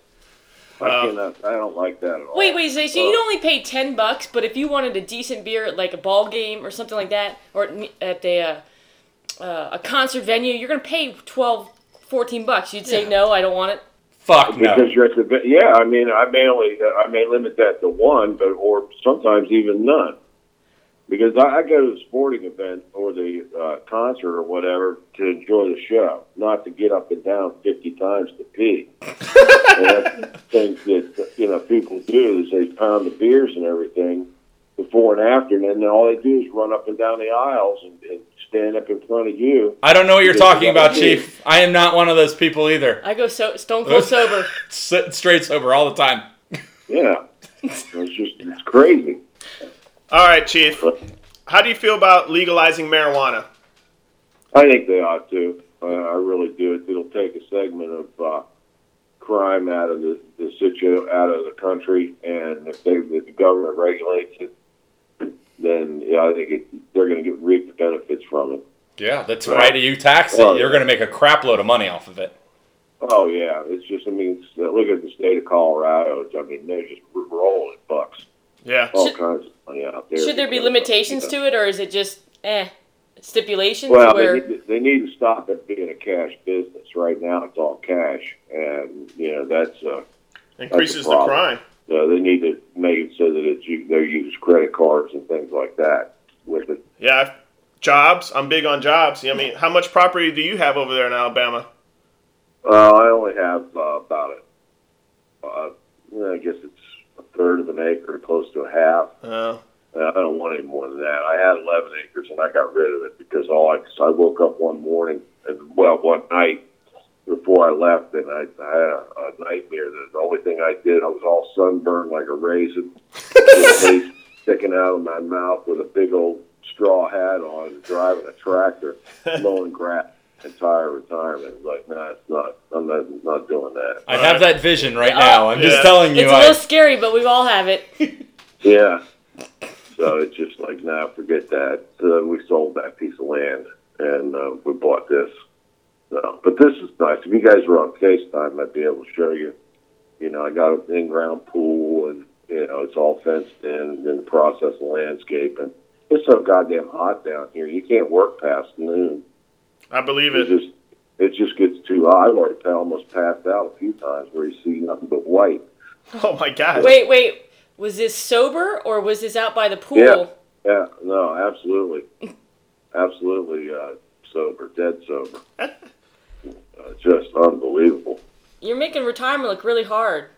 Speaker 4: I
Speaker 2: Wow.
Speaker 4: cannot. I don't like that at all.
Speaker 3: Oh. Wait, wait, so so
Speaker 4: Uh,
Speaker 3: you'd only pay ten bucks, but if you wanted a decent beer at like a ball game or something like that, or at the uh, uh, a concert venue, you're gonna pay twelve fourteen bucks, you'd say no, I don't want it.
Speaker 1: Fuck no.
Speaker 4: Because you're at the ve- yeah. I mean, I may only I may limit that to one, but or sometimes even none. Because I, I go to the sporting event or the uh, concert or whatever to enjoy the show, not to get up and down fifty times to pee. and that's things that you know people do is they pound the beers and everything before and after, and then all they do is run up and down the aisles and, and stand up in front of you.
Speaker 1: I don't know what you're
Speaker 4: Because
Speaker 1: talking
Speaker 4: you
Speaker 1: about,
Speaker 4: gotta pee.
Speaker 1: Chief. I am not one of those people either.
Speaker 3: I go so stone cold sober.
Speaker 1: Sit straight sober all the time.
Speaker 4: Yeah, it's just it's crazy.
Speaker 2: All right, Chief. How do you feel about legalizing marijuana?
Speaker 4: I think they ought to. I, I really do. It'll take a segment of uh, crime out of the, the situ out of the country, and if, they, if the government regulates it, then yeah, I think it, they're going to get reap the benefits from it.
Speaker 1: Yeah, that's
Speaker 4: Right.
Speaker 1: right. You tax it,
Speaker 4: Right.
Speaker 1: you're going to make a crap load of money off of it.
Speaker 4: Oh yeah, it's just. I mean, it's, uh, look at the state of Colorado. It's, I mean, they're just rolling bucks,
Speaker 2: Yeah.
Speaker 4: all
Speaker 3: Should-
Speaker 4: kinds of money out there.
Speaker 3: Should there be limitations to it, or is it just eh stipulations
Speaker 4: Well,
Speaker 3: where
Speaker 4: they need, they need to stop it being a cash business. Right now, it's all cash, and you know that's. Uh,
Speaker 2: Increases the
Speaker 4: problem.
Speaker 2: crime.
Speaker 4: So Uh, they need to make it so that it's, you- they use credit cards and things like that with it.
Speaker 2: Yeah. Jobs. I'm big on jobs. I mean, how much property do you have over there in Alabama?
Speaker 4: Uh, I only have uh, about a, uh, I guess it's a third of an acre, close to a half.
Speaker 2: Uh,
Speaker 4: Uh, I don't want any more than that. I had 11 acres and I got rid of it because all I, so I woke up one morning, and well, one night before I left, and I, I had a, a nightmare. That the only thing I did, I was all sunburned like a raisin, with a leaf sticking out of my mouth with a big old straw hat on, driving a tractor, mowing grass. Entire retirement, It was like, nah, it's not. I'm not, not doing that.
Speaker 1: I
Speaker 2: All
Speaker 1: have
Speaker 2: right.
Speaker 1: that vision right Uh, now. I'm just
Speaker 2: Yeah.
Speaker 1: telling you.
Speaker 3: it's a
Speaker 1: I,
Speaker 3: little scary, but we all have it.
Speaker 4: Yeah. So it's just like, nah, forget that. So we sold that piece of land and uh, we bought this. So, but this is nice. If you guys were on FaceTime, I'd be able to show you. You know, I got an in-ground pool and, you know, it's all fenced in and in the process of landscaping. It's so goddamn hot down here. You can't work past noon.
Speaker 2: I believe
Speaker 4: It
Speaker 2: it.
Speaker 4: just, it just gets too hot. I've already almost passed out a few times where you see nothing but white.
Speaker 2: Oh my God.
Speaker 3: Wait, wait. Was this sober or was this out by the pool?
Speaker 4: Yeah. Yeah, no, absolutely, absolutely uh, sober, dead sober. uh, just unbelievable.
Speaker 3: You're making retirement look really hard.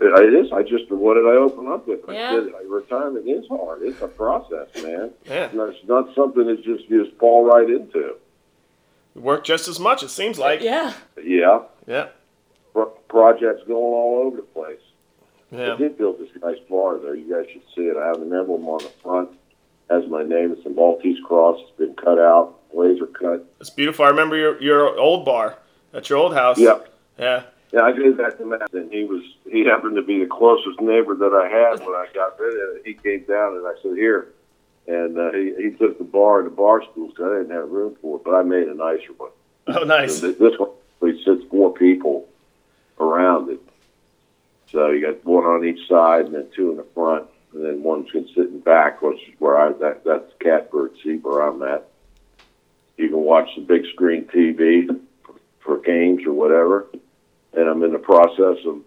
Speaker 4: It, it is. I just what did I open up with?
Speaker 3: Yeah.
Speaker 4: I did. I, retirement is hard. It's a process, man.
Speaker 2: Yeah.
Speaker 4: And it's not something that just you just fall right into.
Speaker 2: You Work just as much. It seems like.
Speaker 3: Yeah.
Speaker 4: Yeah,
Speaker 2: Yeah.
Speaker 4: pro- projects going all over the place. I
Speaker 2: Yeah.
Speaker 4: did build this nice bar there. You guys should see it. I have an emblem on the front. Has my name. It's a Maltese cross. It's been cut out, laser cut.
Speaker 2: It's beautiful. I remember your your old bar at your old house.
Speaker 4: Yeah.
Speaker 2: Yeah.
Speaker 4: Yeah, I gave that to Matt, and he was he happened to be the closest neighbor that I had when I got rid of it. He came down, and I said, "Here," and uh, he he took the bar and the bar stool. So I didn't have room for it, but I made a nicer one.
Speaker 2: Oh, nice.
Speaker 4: And This one actually sits four people around it, so you got one on each side, and then two in the front, and then one can sit in back, which is where I that that's catbird seat where I'm at. You can watch the big screen TV for games or whatever, and I'm in the process of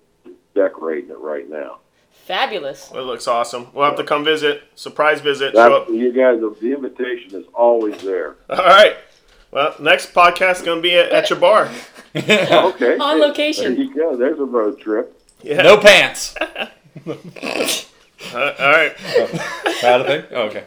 Speaker 4: decorating it right now.
Speaker 3: Fabulous.
Speaker 2: It looks awesome. We'll have to come visit. Surprise visit. Show
Speaker 4: That,
Speaker 2: up.
Speaker 4: you guys, the, the invitation is always there.
Speaker 2: All right. Well, next podcast gonna be at, at your bar.
Speaker 4: Okay.
Speaker 3: On
Speaker 4: There
Speaker 3: location.
Speaker 4: you go. There's a road trip.
Speaker 2: Yeah.
Speaker 1: no pants.
Speaker 2: Uh, all right.
Speaker 1: That a thing? Oh, Okay.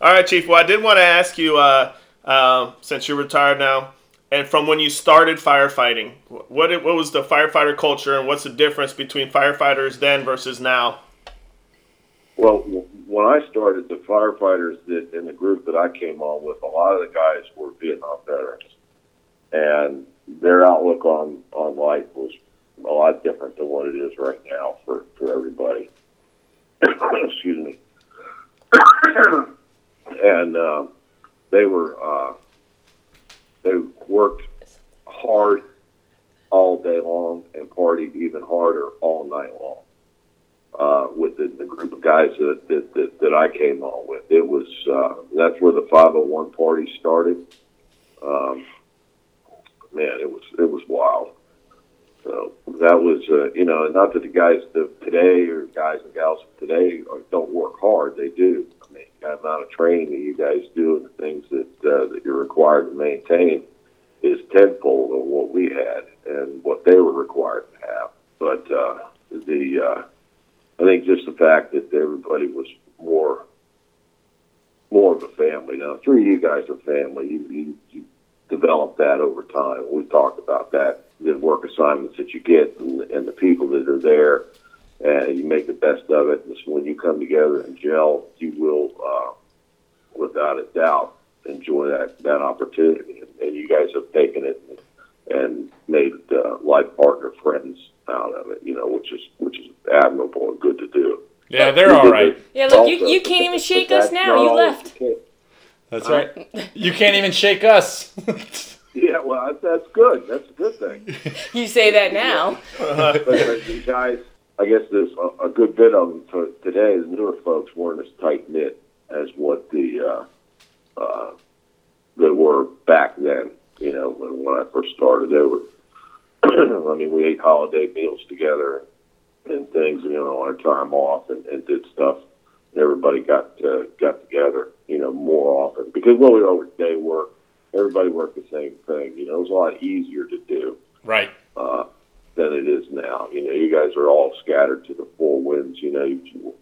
Speaker 2: All right, Chief. Well, I did want to ask you, uh, um, since you're retired now, and from when you started firefighting, wh- what it- what was the firefighter culture, and what's the difference between firefighters then versus now?
Speaker 4: Well, w- when I started, the firefighters that in the group that I came on with, a lot of the guys were Vietnam veterans, and their outlook on on life was a lot different than what it is right now for for everybody. Excuse me. and um, they were uh, they worked hard all day long and partied even harder all night long uh, with the, the group of guys that, that, that, that I came on with. It was oh uh, that's where the 501 party started. Um, man, it was it was wild. So that was uh, you know not that the guys of today or guys and gals of today are, don't work hard. They do. I mean, the amount of training that you guys do and the things that uh, that you're required to maintain is tenfold of what we had and what they were required to have. But uh, the uh, I think just the fact that everybody was more more of a family now. Three of you guys are family. You, you, you develop that over time. We talked about that the work assignments that you get and, and the people that are there, and you make the best of it. And so when you come together and gel, you will, uh, without a doubt, enjoy that that opportunity. And, and you guys have taken it and made uh, life partner friends out of it. You know, which is which is admirable and good to do.
Speaker 1: Yeah, they're all right.
Speaker 3: Yeah, look, you,
Speaker 4: Also,
Speaker 3: you can't even
Speaker 4: but
Speaker 3: shake us
Speaker 4: that's
Speaker 3: now.
Speaker 4: not
Speaker 3: You
Speaker 4: always
Speaker 3: left.
Speaker 4: the case.
Speaker 1: That's right. You can't even shake us.
Speaker 4: Yeah, well, that- that's good. That's a good thing.
Speaker 3: You say that now.
Speaker 4: But, but you guys, I guess there's a, a good bit of them for today. The newer folks weren't as tight knit as what the uh, uh, they were back then. You know, when, when I first started, they were. I mean, we ate holiday meals together and things. You know, on our time off and, and did stuff. And everybody got uh, got together. You know, more often because what we always day work. Everybody worked the same thing. You know, it was a lot easier to do
Speaker 1: right.
Speaker 4: uh, than it is now. You know, you guys are all scattered to the four winds. You know, you,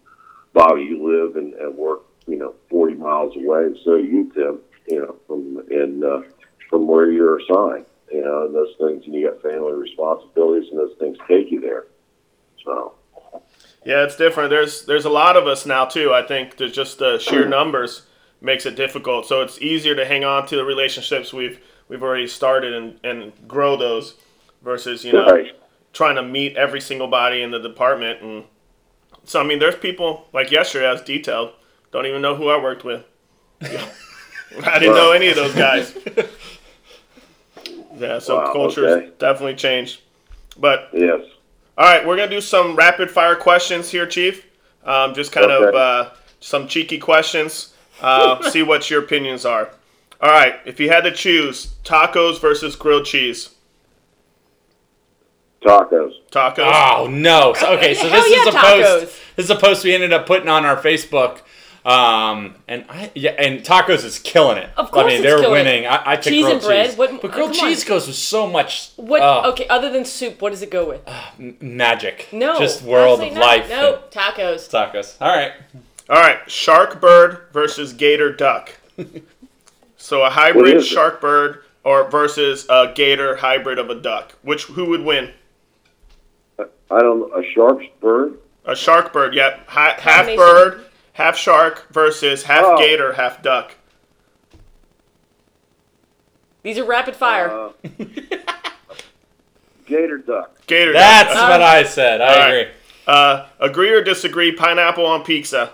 Speaker 4: Bobby, you live and, and work, you know, 40 miles away, and so you, Tim, you know, from and uh, from where you're assigned. You know, and those things, and you got family responsibilities, and those things take you there. So,
Speaker 2: Yeah, it's different. There's there's a lot of us now too. I think there's just the sheer numbers makes it difficult. So it's easier to hang on to the relationships we've we've already started and, and grow those versus you know
Speaker 4: right.
Speaker 2: trying to meet every single body in the department and so I mean there's people like yesterday I was detailed don't even know who I worked with. I didn't know any of those guys. yeah, so
Speaker 4: Wow,
Speaker 2: culture's
Speaker 4: okay.
Speaker 2: definitely changed. But
Speaker 4: yes,
Speaker 2: all right, we're gonna do some rapid fire questions here, Chief. Um, just kind of
Speaker 4: Okay.
Speaker 2: uh, some cheeky questions. Uh, see what your opinions are. All right, if you had to choose tacos versus grilled cheese,
Speaker 4: tacos.
Speaker 2: tacos.
Speaker 1: Oh no. So, okay, so
Speaker 3: Hell
Speaker 1: this is
Speaker 3: yeah,
Speaker 1: a
Speaker 3: tacos.
Speaker 1: post. This is a post we ended up putting on our Facebook. Um and I yeah and tacos is killing it.
Speaker 3: Of course
Speaker 1: I mean
Speaker 3: it's
Speaker 1: they're
Speaker 3: killing it.
Speaker 1: winning. I, I took
Speaker 3: Cheese
Speaker 1: grilled
Speaker 3: and bread,
Speaker 1: cheese.
Speaker 3: what-
Speaker 1: but grilled
Speaker 3: come on.
Speaker 1: cheese goes with so much
Speaker 3: What?
Speaker 1: oh,
Speaker 3: Okay, other than soup, what does it go with?
Speaker 1: magic.
Speaker 3: No,
Speaker 1: just world of
Speaker 3: honestly not.
Speaker 1: life.
Speaker 3: No tacos.
Speaker 1: and tacos. All right.
Speaker 2: All right, shark bird versus gator duck. so a hybrid
Speaker 4: is it?
Speaker 2: shark bird or versus a gator hybrid of a duck. Which who would win?
Speaker 4: I don't a sharp's bird.
Speaker 2: A shark bird, yep. Hi, half
Speaker 3: Combination.
Speaker 2: bird, half shark versus half
Speaker 4: Oh.
Speaker 2: gator, half duck.
Speaker 3: These are rapid fire.
Speaker 4: Uh, gator duck.
Speaker 2: Gator. duck.
Speaker 1: That's
Speaker 3: Uh,
Speaker 1: what I said. I
Speaker 2: all right.
Speaker 1: agree.
Speaker 2: Uh, agree or disagree? Pineapple on pizza.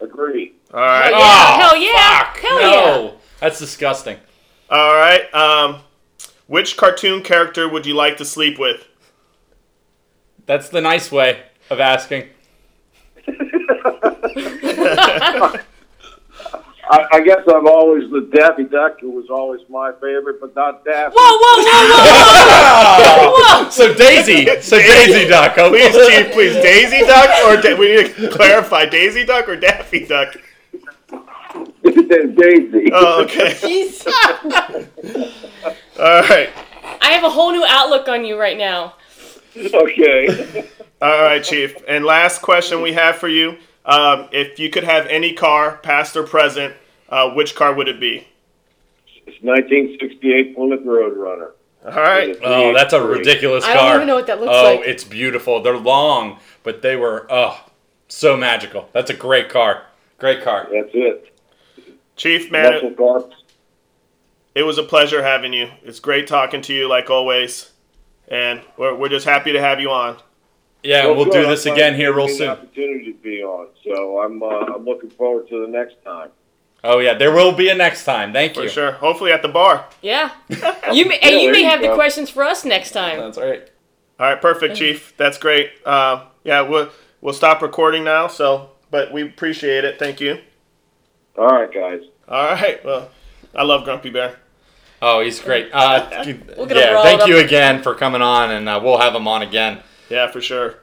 Speaker 4: Agree.
Speaker 2: All right.
Speaker 3: Yeah, hell yeah,
Speaker 1: Ah, fuck,
Speaker 3: hell
Speaker 1: no. That's disgusting.
Speaker 2: All right. Um, which cartoon character would you like to sleep with?
Speaker 1: That's the nice way of asking.
Speaker 4: I, I guess I'm always the Daffy Duck, who was always my favorite, but not Daffy.
Speaker 3: Whoa, whoa, whoa,
Speaker 2: Ah.
Speaker 3: whoa, whoa!
Speaker 1: So Daisy, so Daisy Duck. Oh,
Speaker 2: Please, Chief, please. Daisy Duck or da- we need to clarify Daisy Duck or Daffy Duck?
Speaker 4: Daisy.
Speaker 1: Uh.
Speaker 2: Oh, okay.
Speaker 3: Jeez.
Speaker 2: All right.
Speaker 3: I have a whole new outlook on you right now.
Speaker 4: okay.
Speaker 2: All right, Chief. And last question we have for you: um, If you could have any car, past or present, uh, which car would it be?
Speaker 4: It's 1968 Plymouth Roadrunner.
Speaker 2: All right.
Speaker 1: Oh, that's a ridiculous
Speaker 3: I
Speaker 1: car.
Speaker 3: don't even know what that looks
Speaker 1: oh,
Speaker 3: like.
Speaker 1: it's beautiful. They're long, but they were oh, so magical. That's a great car. Great car.
Speaker 4: That's it.
Speaker 2: Chief, man,
Speaker 4: Muscle
Speaker 2: it,
Speaker 4: cars.
Speaker 2: it was a pleasure having you. It's great talking to you, like always. And we're, we're just happy to have you on.
Speaker 1: Yeah, and we'll
Speaker 4: good.
Speaker 1: do this
Speaker 4: I'm
Speaker 1: again
Speaker 4: glad
Speaker 1: here
Speaker 4: you
Speaker 1: real
Speaker 4: gave me the
Speaker 1: soon.
Speaker 4: Opportunity to be on, so I'm uh, I'm looking forward to the next time.
Speaker 1: Oh yeah, there will be a next time. Thank
Speaker 2: For
Speaker 1: you.
Speaker 2: sure. Hopefully at the bar.
Speaker 3: Yeah. You may, and you
Speaker 4: there
Speaker 3: may
Speaker 4: you
Speaker 3: have the
Speaker 4: go.
Speaker 3: questions for us next time.
Speaker 1: That's all right.
Speaker 2: All right, perfect, Chief. That's great. Uh, yeah, we'll we'll stop recording now. So, but we appreciate it. Thank you.
Speaker 4: All right, guys.
Speaker 2: All right. Well, I love Grumpy Bear.
Speaker 1: Oh, he's great. Uh,
Speaker 3: We'll get him
Speaker 1: yeah,
Speaker 3: riled
Speaker 1: thank
Speaker 3: up.
Speaker 1: you again for coming on, and uh, we'll have him on again.
Speaker 2: Yeah, for sure.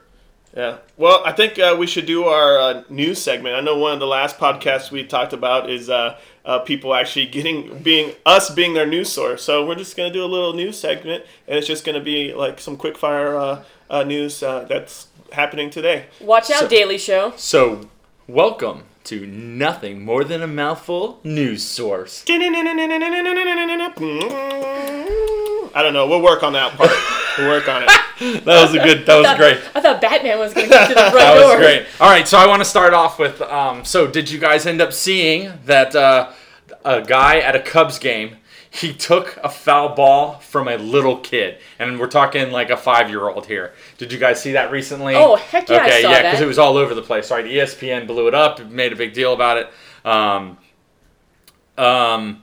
Speaker 2: Yeah. Well, I think uh, we should do our uh, news segment. I know one of the last podcasts we talked about is uh, uh, people actually getting being us being their news source. So we're just gonna do a little news segment, and it's just gonna be like some quick fire uh, uh, news uh, that's happening today.
Speaker 3: Watch out,
Speaker 1: So-
Speaker 3: Daily Show.
Speaker 1: So, welcome to Nothing More Than a Mouthful News Source.
Speaker 2: I don't know. We'll work on that part. We'll work on it.
Speaker 1: That was a good. That was great.
Speaker 3: I thought Batman was going to get to the front
Speaker 1: That
Speaker 3: door.
Speaker 1: was great. All right, so I want to start off with. Um, so, did you guys end up seeing that uh, a guy at a Cubs game? He took a foul ball from a little kid, and we're talking like a five-year-old here. Did you guys see that recently?
Speaker 3: Oh, heck yeah, I
Speaker 1: Okay,
Speaker 3: saw
Speaker 1: yeah,
Speaker 3: that.
Speaker 1: because it was all over the place. Right, E ESPN blew it up, made a big deal about it. Um, um,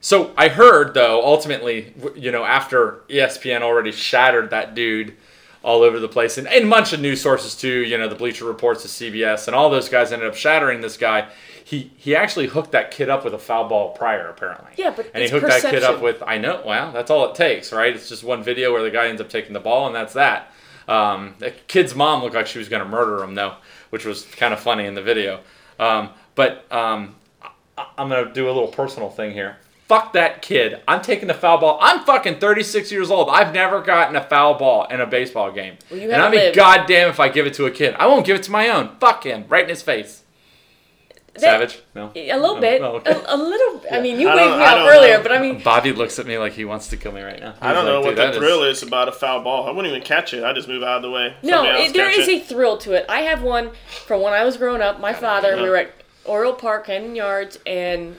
Speaker 1: so I heard though, ultimately, w- you know, after E ESPN already shattered that dude all over the place, and, and a bunch of news sources too, you know, the Bleacher Reports, the CBS, and all those guys ended up shattering this guy. He he actually hooked that kid up with a foul ball prior, apparently.
Speaker 3: Yeah, but
Speaker 1: and
Speaker 3: it's
Speaker 1: he hooked that kid
Speaker 3: perception.
Speaker 1: up with I know. Well, that's all it takes, right? It's just one video where the guy ends up taking the ball, and that's that. Um, the kid's mom looked like she was going to murder him though, which was kind of funny in the video. Um, but um, I- I'm gonna do a little personal thing here. Fuck that kid. I'm taking the foul ball. I'm fucking 36 years old. I've never gotten a foul ball in a baseball game.
Speaker 3: Well, you
Speaker 1: and
Speaker 3: haven't
Speaker 1: I mean,
Speaker 3: lived.
Speaker 1: goddamn if I give it to a kid. I won't give it to my own. Fuck him. Right in his face.
Speaker 3: That-
Speaker 1: Savage? No.
Speaker 3: A little
Speaker 1: No.
Speaker 3: bit.
Speaker 1: Oh, okay.
Speaker 3: A, a little. I mean, you
Speaker 2: I
Speaker 3: waved
Speaker 2: don't-
Speaker 3: me
Speaker 2: I
Speaker 3: up
Speaker 2: don't
Speaker 3: earlier,
Speaker 2: know.
Speaker 3: but I mean,
Speaker 1: Bobby looks at me like he wants to kill me right now.
Speaker 2: I don't
Speaker 1: He's
Speaker 2: know
Speaker 1: like,
Speaker 2: what
Speaker 1: "Dude,
Speaker 2: the
Speaker 1: that
Speaker 2: thrill is... about a foul ball. I wouldn't even catch it. I just move out of the way.
Speaker 3: no,
Speaker 2: Somebody else
Speaker 3: it, there
Speaker 2: catch
Speaker 3: is a thrill to it. I have one from when I was growing up. My father, we were at Oriole Park, Canyon Yards, and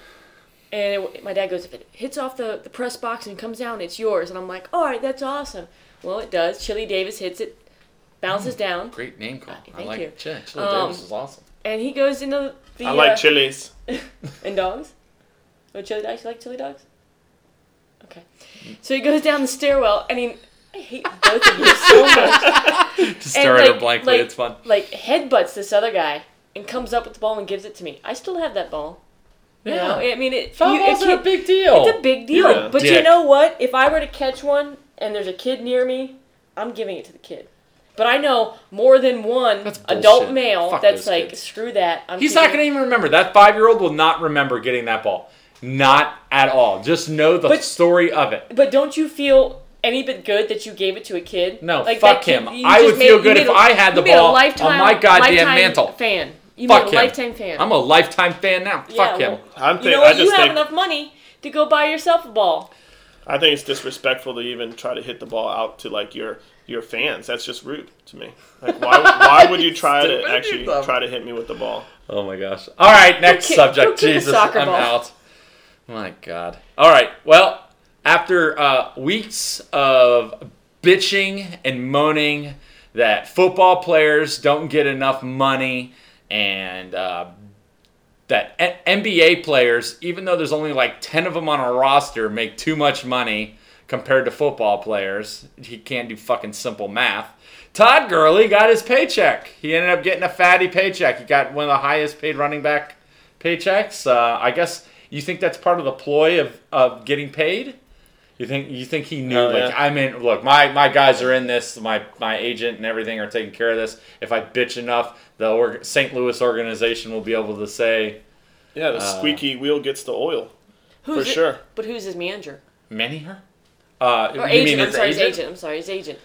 Speaker 3: and it, my dad goes, if it hits off the, the press box and comes down, it's yours. And I'm like, all right, that's awesome. Well, it does. Chili Davis hits it,
Speaker 2: Mm.
Speaker 3: bounces down,
Speaker 1: Great name call. I
Speaker 3: Thank
Speaker 1: like
Speaker 3: you.
Speaker 1: it. Chili, Chili
Speaker 3: Um,
Speaker 1: Davis is awesome.
Speaker 3: and he goes into the
Speaker 2: I like
Speaker 3: uh,
Speaker 2: chilies.
Speaker 3: And dogs? Oh, chili dogs? You like chili dogs?
Speaker 2: Mm-hmm.
Speaker 3: Okay. So he goes down the stairwell, and he. I hate both of you so much.
Speaker 1: Just
Speaker 3: And,
Speaker 1: stare at her
Speaker 3: like-
Speaker 1: blankly.
Speaker 3: like-
Speaker 1: it's fun.
Speaker 3: Like, headbutts this other guy and comes up with the ball and gives it to me. I still have that ball. You know, I mean, it,
Speaker 1: Foul
Speaker 3: you- it
Speaker 1: balls are a
Speaker 3: can't-
Speaker 1: big deal.
Speaker 3: it's a big deal.
Speaker 2: You're a
Speaker 3: but you
Speaker 1: dick.
Speaker 3: know what? If I were to catch one and there's a kid near me, I'm giving it to the kid. But I know more than one
Speaker 1: That's
Speaker 3: adult
Speaker 1: bullshit.
Speaker 3: male
Speaker 1: Fuck
Speaker 3: that's
Speaker 1: those
Speaker 3: like,
Speaker 1: kids.
Speaker 3: screw that. I'm
Speaker 1: He's not
Speaker 3: keeping
Speaker 1: going
Speaker 3: it."
Speaker 1: to even remember. That five year old will not remember getting that ball. Not at all. Just know the
Speaker 3: But-
Speaker 1: story of it.
Speaker 3: But don't you feel any bit good that you gave it to a kid?
Speaker 1: No,
Speaker 3: like
Speaker 1: fuck
Speaker 3: that
Speaker 1: him.
Speaker 3: Kid, you
Speaker 1: I
Speaker 3: just
Speaker 1: would
Speaker 3: made-
Speaker 1: feel
Speaker 3: you
Speaker 1: good
Speaker 3: made
Speaker 1: if
Speaker 3: a-
Speaker 1: I had the
Speaker 3: you made a
Speaker 1: ball on
Speaker 3: lifetime-
Speaker 1: my goddamn
Speaker 3: lifetime
Speaker 1: mantle.
Speaker 3: Fan, you
Speaker 1: Fuck
Speaker 3: made a
Speaker 1: him.
Speaker 3: lifetime fan.
Speaker 1: I'm a lifetime fan now.
Speaker 3: Yeah,
Speaker 1: Fuck him.
Speaker 3: well,
Speaker 2: I'm
Speaker 3: you
Speaker 2: think,
Speaker 3: know
Speaker 2: I
Speaker 3: what?
Speaker 2: just
Speaker 3: You have
Speaker 2: think
Speaker 3: enough money to go buy yourself a ball.
Speaker 2: I think it's disrespectful to even try to hit the ball out to like your your fans. That's just rude to me. Like why why would you try to
Speaker 1: Stupid
Speaker 2: actually
Speaker 1: yourself.
Speaker 2: try to hit me with the ball?
Speaker 1: Oh my gosh. All right, next
Speaker 3: kick- go
Speaker 1: subject.
Speaker 3: kick a
Speaker 1: Jesus,
Speaker 3: soccer
Speaker 1: I'm
Speaker 3: ball.
Speaker 1: out. My God. All right. Well, after uh, weeks of bitching and moaning that football players don't get enough money and uh, that N- NBA players, even though there's only like 10 of them on a roster, make too much money compared to football players. He can't do fucking simple math. Todd Gurley got his paycheck. He ended up getting a fatty paycheck. He got one of the highest paid running back paychecks. Uh, I guess you think that's part of the ploy of, of getting paid? You think you think he knew?
Speaker 2: Oh,
Speaker 1: like
Speaker 2: yeah.
Speaker 1: I mean, look, my, my guys are in this. My my agent and everything are taking care of this. If I bitch enough, the org- St. Louis organization will be able to say,
Speaker 2: Yeah, the squeaky wheel gets the oil.
Speaker 3: Who's
Speaker 2: For
Speaker 3: it-
Speaker 2: sure.
Speaker 3: But who's his manager
Speaker 1: Many her? Uh,
Speaker 3: or
Speaker 1: you
Speaker 3: agent?
Speaker 1: mean
Speaker 3: I'm
Speaker 1: his
Speaker 3: sorry,
Speaker 1: agent?
Speaker 3: his agent. I'm sorry, his agent.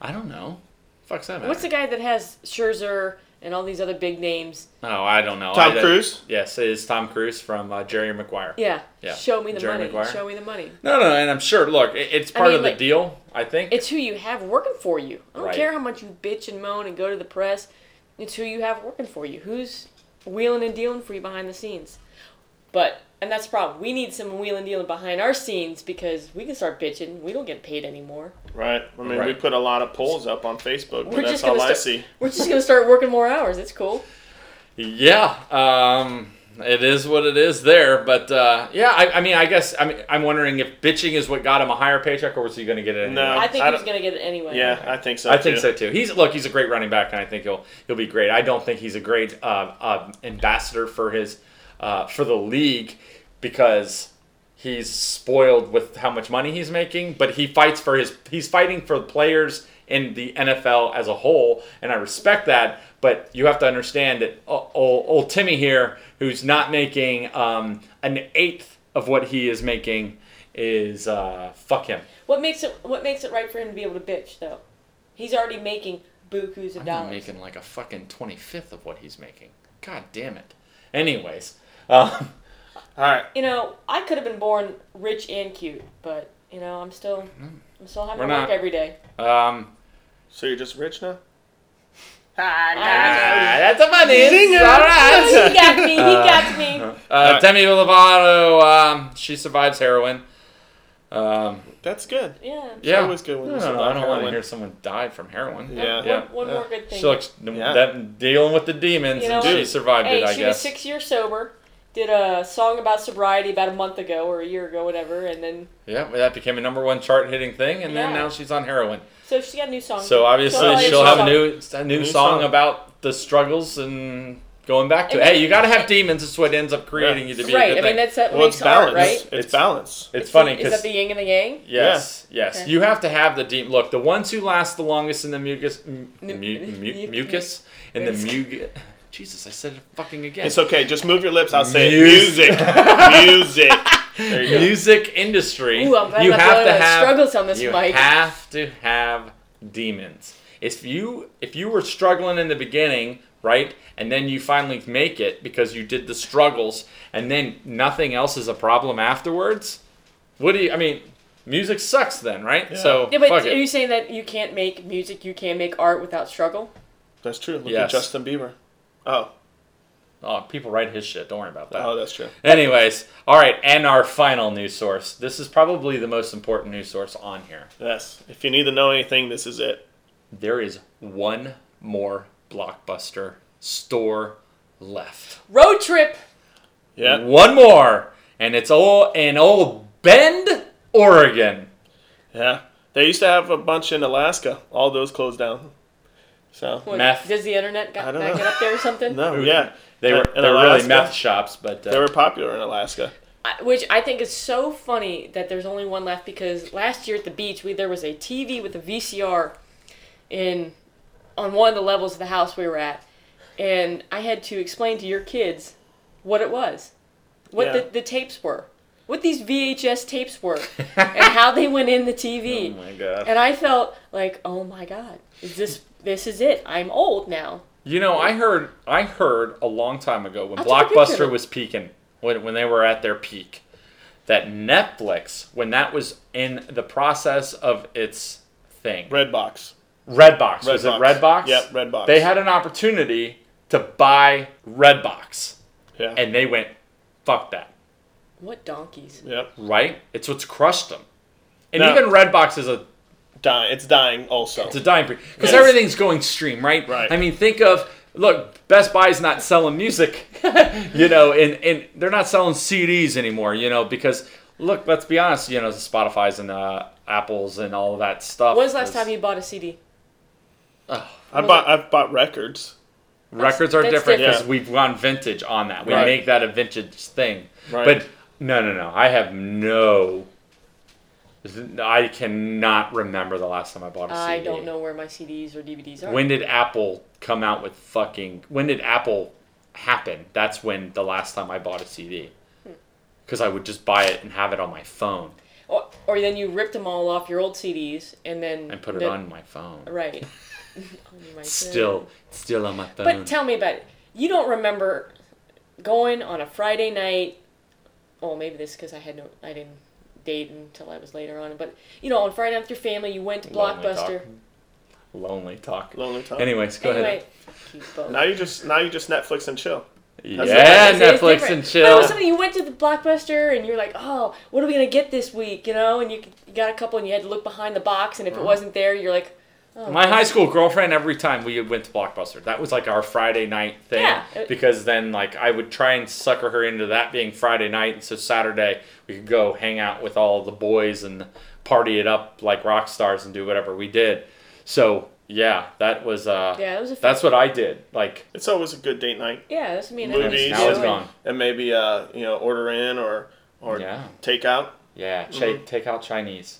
Speaker 1: I don't know. Fuck's that matter?
Speaker 3: What's the guy that has Scherzer and all these other big names?
Speaker 1: Oh, I don't know.
Speaker 2: Tom
Speaker 1: I-
Speaker 2: Cruise?
Speaker 1: Yes, it is Tom Cruise from uh, Jerry Maguire.
Speaker 3: Yeah.
Speaker 1: Yeah.
Speaker 3: Show me the
Speaker 1: Jerry
Speaker 3: money.
Speaker 1: Maguire?
Speaker 3: Show me the money.
Speaker 1: No, no, and I'm sure. Look, it, it's
Speaker 3: I
Speaker 1: part
Speaker 3: mean,
Speaker 1: of the
Speaker 3: like-
Speaker 1: deal. I think.
Speaker 3: It's who you have working for you. I don't
Speaker 1: Right.
Speaker 3: care how much you bitch and moan and go to the press. It's who you have working for you. Who's wheeling and dealing for you behind the scenes. But and that's the problem. We need some wheeling and dealing behind our scenes because we can start bitching. We don't get paid anymore.
Speaker 2: Right. I mean, we
Speaker 1: Right.
Speaker 2: put a lot of polls up on Facebook, but
Speaker 3: We're
Speaker 2: that's
Speaker 3: just
Speaker 2: all
Speaker 3: gonna
Speaker 2: I
Speaker 3: start-
Speaker 2: see.
Speaker 3: We're just gonna start working more hours. It's cool.
Speaker 1: Yeah, um, it is what it is there. But uh, yeah, I, I mean, I guess I mean, I'm wondering if bitching is what got him a higher paycheck, or was he going to get it?
Speaker 2: No.
Speaker 1: anyway?
Speaker 3: I think
Speaker 2: I
Speaker 3: he's
Speaker 2: don't-
Speaker 3: gonna get it anyway.
Speaker 2: Yeah, I think so.
Speaker 1: I think
Speaker 2: too.
Speaker 1: so too. He's look, he's a great running back, and I think he'll he'll be great. I don't think he's a great uh, uh, ambassador for his uh, for the league because he's spoiled with how much money he's making, but he fights for his he's fighting for players in the NFL as a whole, and I respect that. But you have to understand that o- old, old Timmy here, who's not making um, an eighth of what he is making, is uh, fuck him.
Speaker 3: What makes it What makes it right for him to be able to bitch though? He's already making bukus of
Speaker 1: I'm
Speaker 3: dollars.
Speaker 1: not making like a fucking twenty fifth of what he's making. God damn it. Anyways, um,
Speaker 2: All right.
Speaker 3: you know, I could have been born rich and cute, but you know, I'm still, I'm still having
Speaker 1: We're
Speaker 3: to work
Speaker 1: not.
Speaker 3: every day.
Speaker 1: um,
Speaker 2: So you're just rich now?
Speaker 1: Ah, that's a funny. It's All right.
Speaker 3: he got me. He got me.
Speaker 1: Uh, Demi Lovato, um, she survives heroin. Um,
Speaker 2: That's good.
Speaker 3: Yeah.
Speaker 1: yeah.
Speaker 2: always good when
Speaker 1: No,
Speaker 2: you
Speaker 1: no, no,
Speaker 2: survive
Speaker 1: I don't want to
Speaker 2: heroin.
Speaker 1: hear someone die from heroin.
Speaker 2: Yeah.
Speaker 3: One,
Speaker 1: Yeah.
Speaker 3: one more good thing.
Speaker 1: She looks
Speaker 2: Yeah.
Speaker 1: that dealing with the demons,
Speaker 3: You know
Speaker 1: and she
Speaker 2: what?
Speaker 1: survived
Speaker 3: hey,
Speaker 1: it. I
Speaker 3: she was
Speaker 1: guess.
Speaker 3: six years sober. Did a song about sobriety about a month ago or a year ago, whatever, and then
Speaker 1: Yeah, well, that became a number one chart hitting thing, and then
Speaker 3: Yeah.
Speaker 1: now she's on heroin.
Speaker 3: so she got a new song.
Speaker 1: So obviously
Speaker 2: She'll
Speaker 1: she'll,
Speaker 2: have a
Speaker 1: have a
Speaker 3: song.
Speaker 1: new a new,
Speaker 2: new
Speaker 1: song,
Speaker 2: song.
Speaker 1: about the struggles and going back to.
Speaker 3: I mean-
Speaker 1: hey, you got to have demons. It's what ends up creating you to be a
Speaker 3: right.
Speaker 1: good
Speaker 3: I
Speaker 1: thing.
Speaker 3: mean, that's that
Speaker 2: Well, it's
Speaker 3: makes art,
Speaker 2: balance.
Speaker 3: right?
Speaker 2: It's,
Speaker 1: It's-
Speaker 2: balance.
Speaker 1: it's
Speaker 3: the-
Speaker 1: funny
Speaker 3: Is
Speaker 1: because
Speaker 3: that the yin and the yang?
Speaker 1: Yes, yes.
Speaker 3: Okay.
Speaker 1: You have to have the deep look. The ones who last the longest in the mucus, mu-
Speaker 3: Mu-
Speaker 1: mu-
Speaker 3: mu-
Speaker 1: mucus, in the
Speaker 3: mucus.
Speaker 1: mucus. Jesus, I said it fucking again.
Speaker 2: It's okay. Just move your lips. I'll say it.
Speaker 1: Music.
Speaker 2: music. music. There you go.
Speaker 1: Music industry.
Speaker 3: Ooh, I'm glad
Speaker 1: you
Speaker 3: I'm not
Speaker 1: have to
Speaker 3: the only one that
Speaker 1: have
Speaker 3: struggles on this
Speaker 1: You
Speaker 3: mic.
Speaker 1: have to have demons. If you if you were struggling in the beginning, right, and then you finally make it because you did the struggles, and then nothing else is a problem afterwards. What do you? I mean, music sucks then, right?
Speaker 2: Yeah.
Speaker 1: So
Speaker 3: Yeah, but
Speaker 1: fuck
Speaker 3: are
Speaker 1: it.
Speaker 3: you saying that you can't make music, you can't make art without struggle?
Speaker 2: That's true. Look
Speaker 1: Yes.
Speaker 2: at Justin Bieber. Oh,
Speaker 1: Oh, people write his shit. Don't worry about that.
Speaker 2: oh, that's true.
Speaker 1: Anyways, all right, and our final news source. This is probably the most important news source on here.
Speaker 2: Yes. If you need to know anything, this is it.
Speaker 1: There is one more blockbuster store left.
Speaker 3: Road trip.
Speaker 2: Yeah.
Speaker 1: One more, and it's all in old Bend, Oregon.
Speaker 2: Yeah. They used to have a bunch in Alaska. All those closed down. So
Speaker 3: What,
Speaker 1: Meth.
Speaker 3: Does the internet got,
Speaker 2: I don't
Speaker 3: not
Speaker 2: know.
Speaker 3: get up there or something?
Speaker 2: no. Yeah.
Speaker 1: They were
Speaker 2: In
Speaker 1: they were really
Speaker 2: Alaska,
Speaker 1: meth shops, but
Speaker 2: They
Speaker 1: uh,
Speaker 2: were popular in Alaska.
Speaker 3: I- Which I think is so funny that there's only one left because last year at the beach we there was a TV with a VCR in on one of the levels of the house we were at, and I had to explain to your kids what it was, what
Speaker 2: Yeah.
Speaker 3: the, the tapes were, what these VHS tapes were, and how they went in the
Speaker 1: oh
Speaker 3: TV.
Speaker 1: my god!
Speaker 3: and I felt like, oh my god, is this this is it? I'm old now.
Speaker 1: You know, I heard I heard a long time ago when
Speaker 3: I'll take a picture of
Speaker 1: Blockbuster
Speaker 3: it.
Speaker 1: was peaking, when when they were at their peak, that Netflix, when that was in the process of its thing,
Speaker 2: Red box.
Speaker 1: Redbox. was
Speaker 2: Redbox.
Speaker 1: it Redbox?
Speaker 2: Yep, Redbox.
Speaker 1: They had an opportunity to buy Redbox,
Speaker 2: Yeah.
Speaker 1: and they went, "Fuck that!"
Speaker 3: What donkeys?
Speaker 2: yep.
Speaker 1: Right? It's what's crushed them. And
Speaker 2: No.
Speaker 1: even Redbox is a
Speaker 2: Dying. It's dying also.
Speaker 1: it's a dying breed because
Speaker 2: Yes.
Speaker 1: everything's going stream, right?
Speaker 2: Right.
Speaker 1: I mean, think of look, Best Buy's not selling music, you know, and and they're not selling CDs anymore, you know, because look, let's be honest, you know, Spotify's and uh, Apple's and all of that stuff.
Speaker 3: When's the last
Speaker 1: is-
Speaker 3: time you bought a CD?
Speaker 2: I bought. I've bought records.
Speaker 1: Records are
Speaker 3: that's
Speaker 1: different
Speaker 2: different.
Speaker 1: because we've gone vintage on that. We
Speaker 2: Right.
Speaker 1: make that a vintage thing.
Speaker 2: Right.
Speaker 1: But no, no, no. I have no. I cannot remember the last time I bought a CD.
Speaker 3: I don't know where my CDs or DVDs are.
Speaker 1: When did Apple come out with fucking? When did Apple happen? That's when the last time I bought a CD.
Speaker 3: Hmm.
Speaker 1: Because I would just buy it and have it on my phone
Speaker 3: or, or then you ripped them all off your old CDs and then
Speaker 1: and put it
Speaker 3: the-
Speaker 1: on my phone.
Speaker 3: Right. On my phone.
Speaker 1: Still, still on my phone.
Speaker 3: But tell me about it. You don't remember going on a Friday night. Oh, maybe this because I had no, I didn't date until I was later on. But you know, on Friday night with your family, you went to
Speaker 1: Lonely talk.
Speaker 3: Blockbuster.
Speaker 1: Lonely talk.
Speaker 2: Lonely time.
Speaker 1: Anyways, go
Speaker 3: Anyway, cute both.
Speaker 2: Now you just. Now you just Netflix and chill.
Speaker 1: ahead.
Speaker 3: It's-
Speaker 1: Yeah,
Speaker 3: it's
Speaker 1: Netflix
Speaker 3: different.
Speaker 1: and
Speaker 3: But
Speaker 1: chill.
Speaker 3: also, you went to the blockbuster and you're like, oh, what are we gonna get this week? You know, and you, you got a couple, and you had to look behind the box, and if it wasn't there, you're like, oh,
Speaker 1: Uh-huh. My high school girlfriend, every time we went to Blockbuster, that was like our Friday night thing.
Speaker 3: Yeah.
Speaker 1: Because then, like, I would try and sucker her into that being Friday night. And so Saturday, we could go hang out with all the boys and party it up like rock stars and do whatever we did. So, yeah, that was, uh,
Speaker 3: Yeah, that was a fun-
Speaker 1: that's what I did. Like,
Speaker 2: It's always a good date night.
Speaker 3: yeah, that's me and
Speaker 1: now
Speaker 3: Emily.
Speaker 2: Movies. Easy.
Speaker 1: it's gone.
Speaker 2: And maybe uh, you know order in or or
Speaker 1: Yeah.
Speaker 2: takeout.
Speaker 1: Yeah, cha-
Speaker 3: Mm-hmm.
Speaker 1: take out Chinese.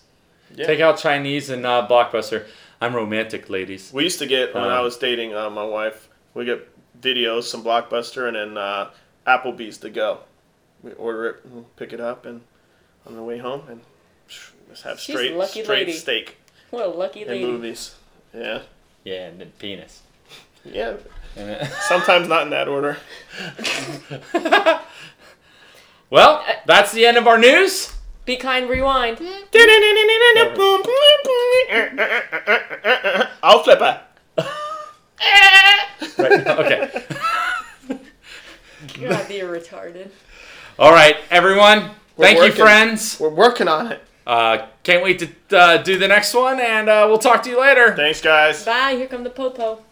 Speaker 2: Yeah.
Speaker 1: Take out Chinese and uh, Blockbuster. I'm romantic, ladies.
Speaker 2: We used to get when
Speaker 1: Uh.
Speaker 2: I was dating uh, my wife. We get videos, some Blockbuster, and then uh, Applebee's to go. We order it, and pick it up, and on the way home, and just have
Speaker 3: She's a
Speaker 2: straight
Speaker 3: lucky
Speaker 2: straight
Speaker 3: lady.
Speaker 2: steak
Speaker 3: What a lucky
Speaker 2: and
Speaker 3: lady.
Speaker 2: movies. Yeah,
Speaker 1: Yeah, and then penis.
Speaker 2: yeah.
Speaker 1: And-
Speaker 2: Sometimes not in that order.
Speaker 1: well, that's the end of our news.
Speaker 3: Be kind, rewind.
Speaker 2: I'll flip it.
Speaker 1: Right, okay.
Speaker 3: God, you're retarded.
Speaker 1: All right, everyone.
Speaker 2: We're
Speaker 1: Thank you,
Speaker 2: working.
Speaker 1: friends.
Speaker 2: We're working on it.
Speaker 1: Uh, can't wait to uh, do the next one, and uh, we'll talk to you later.
Speaker 2: Thanks, guys.
Speaker 3: Bye. Here come the popo.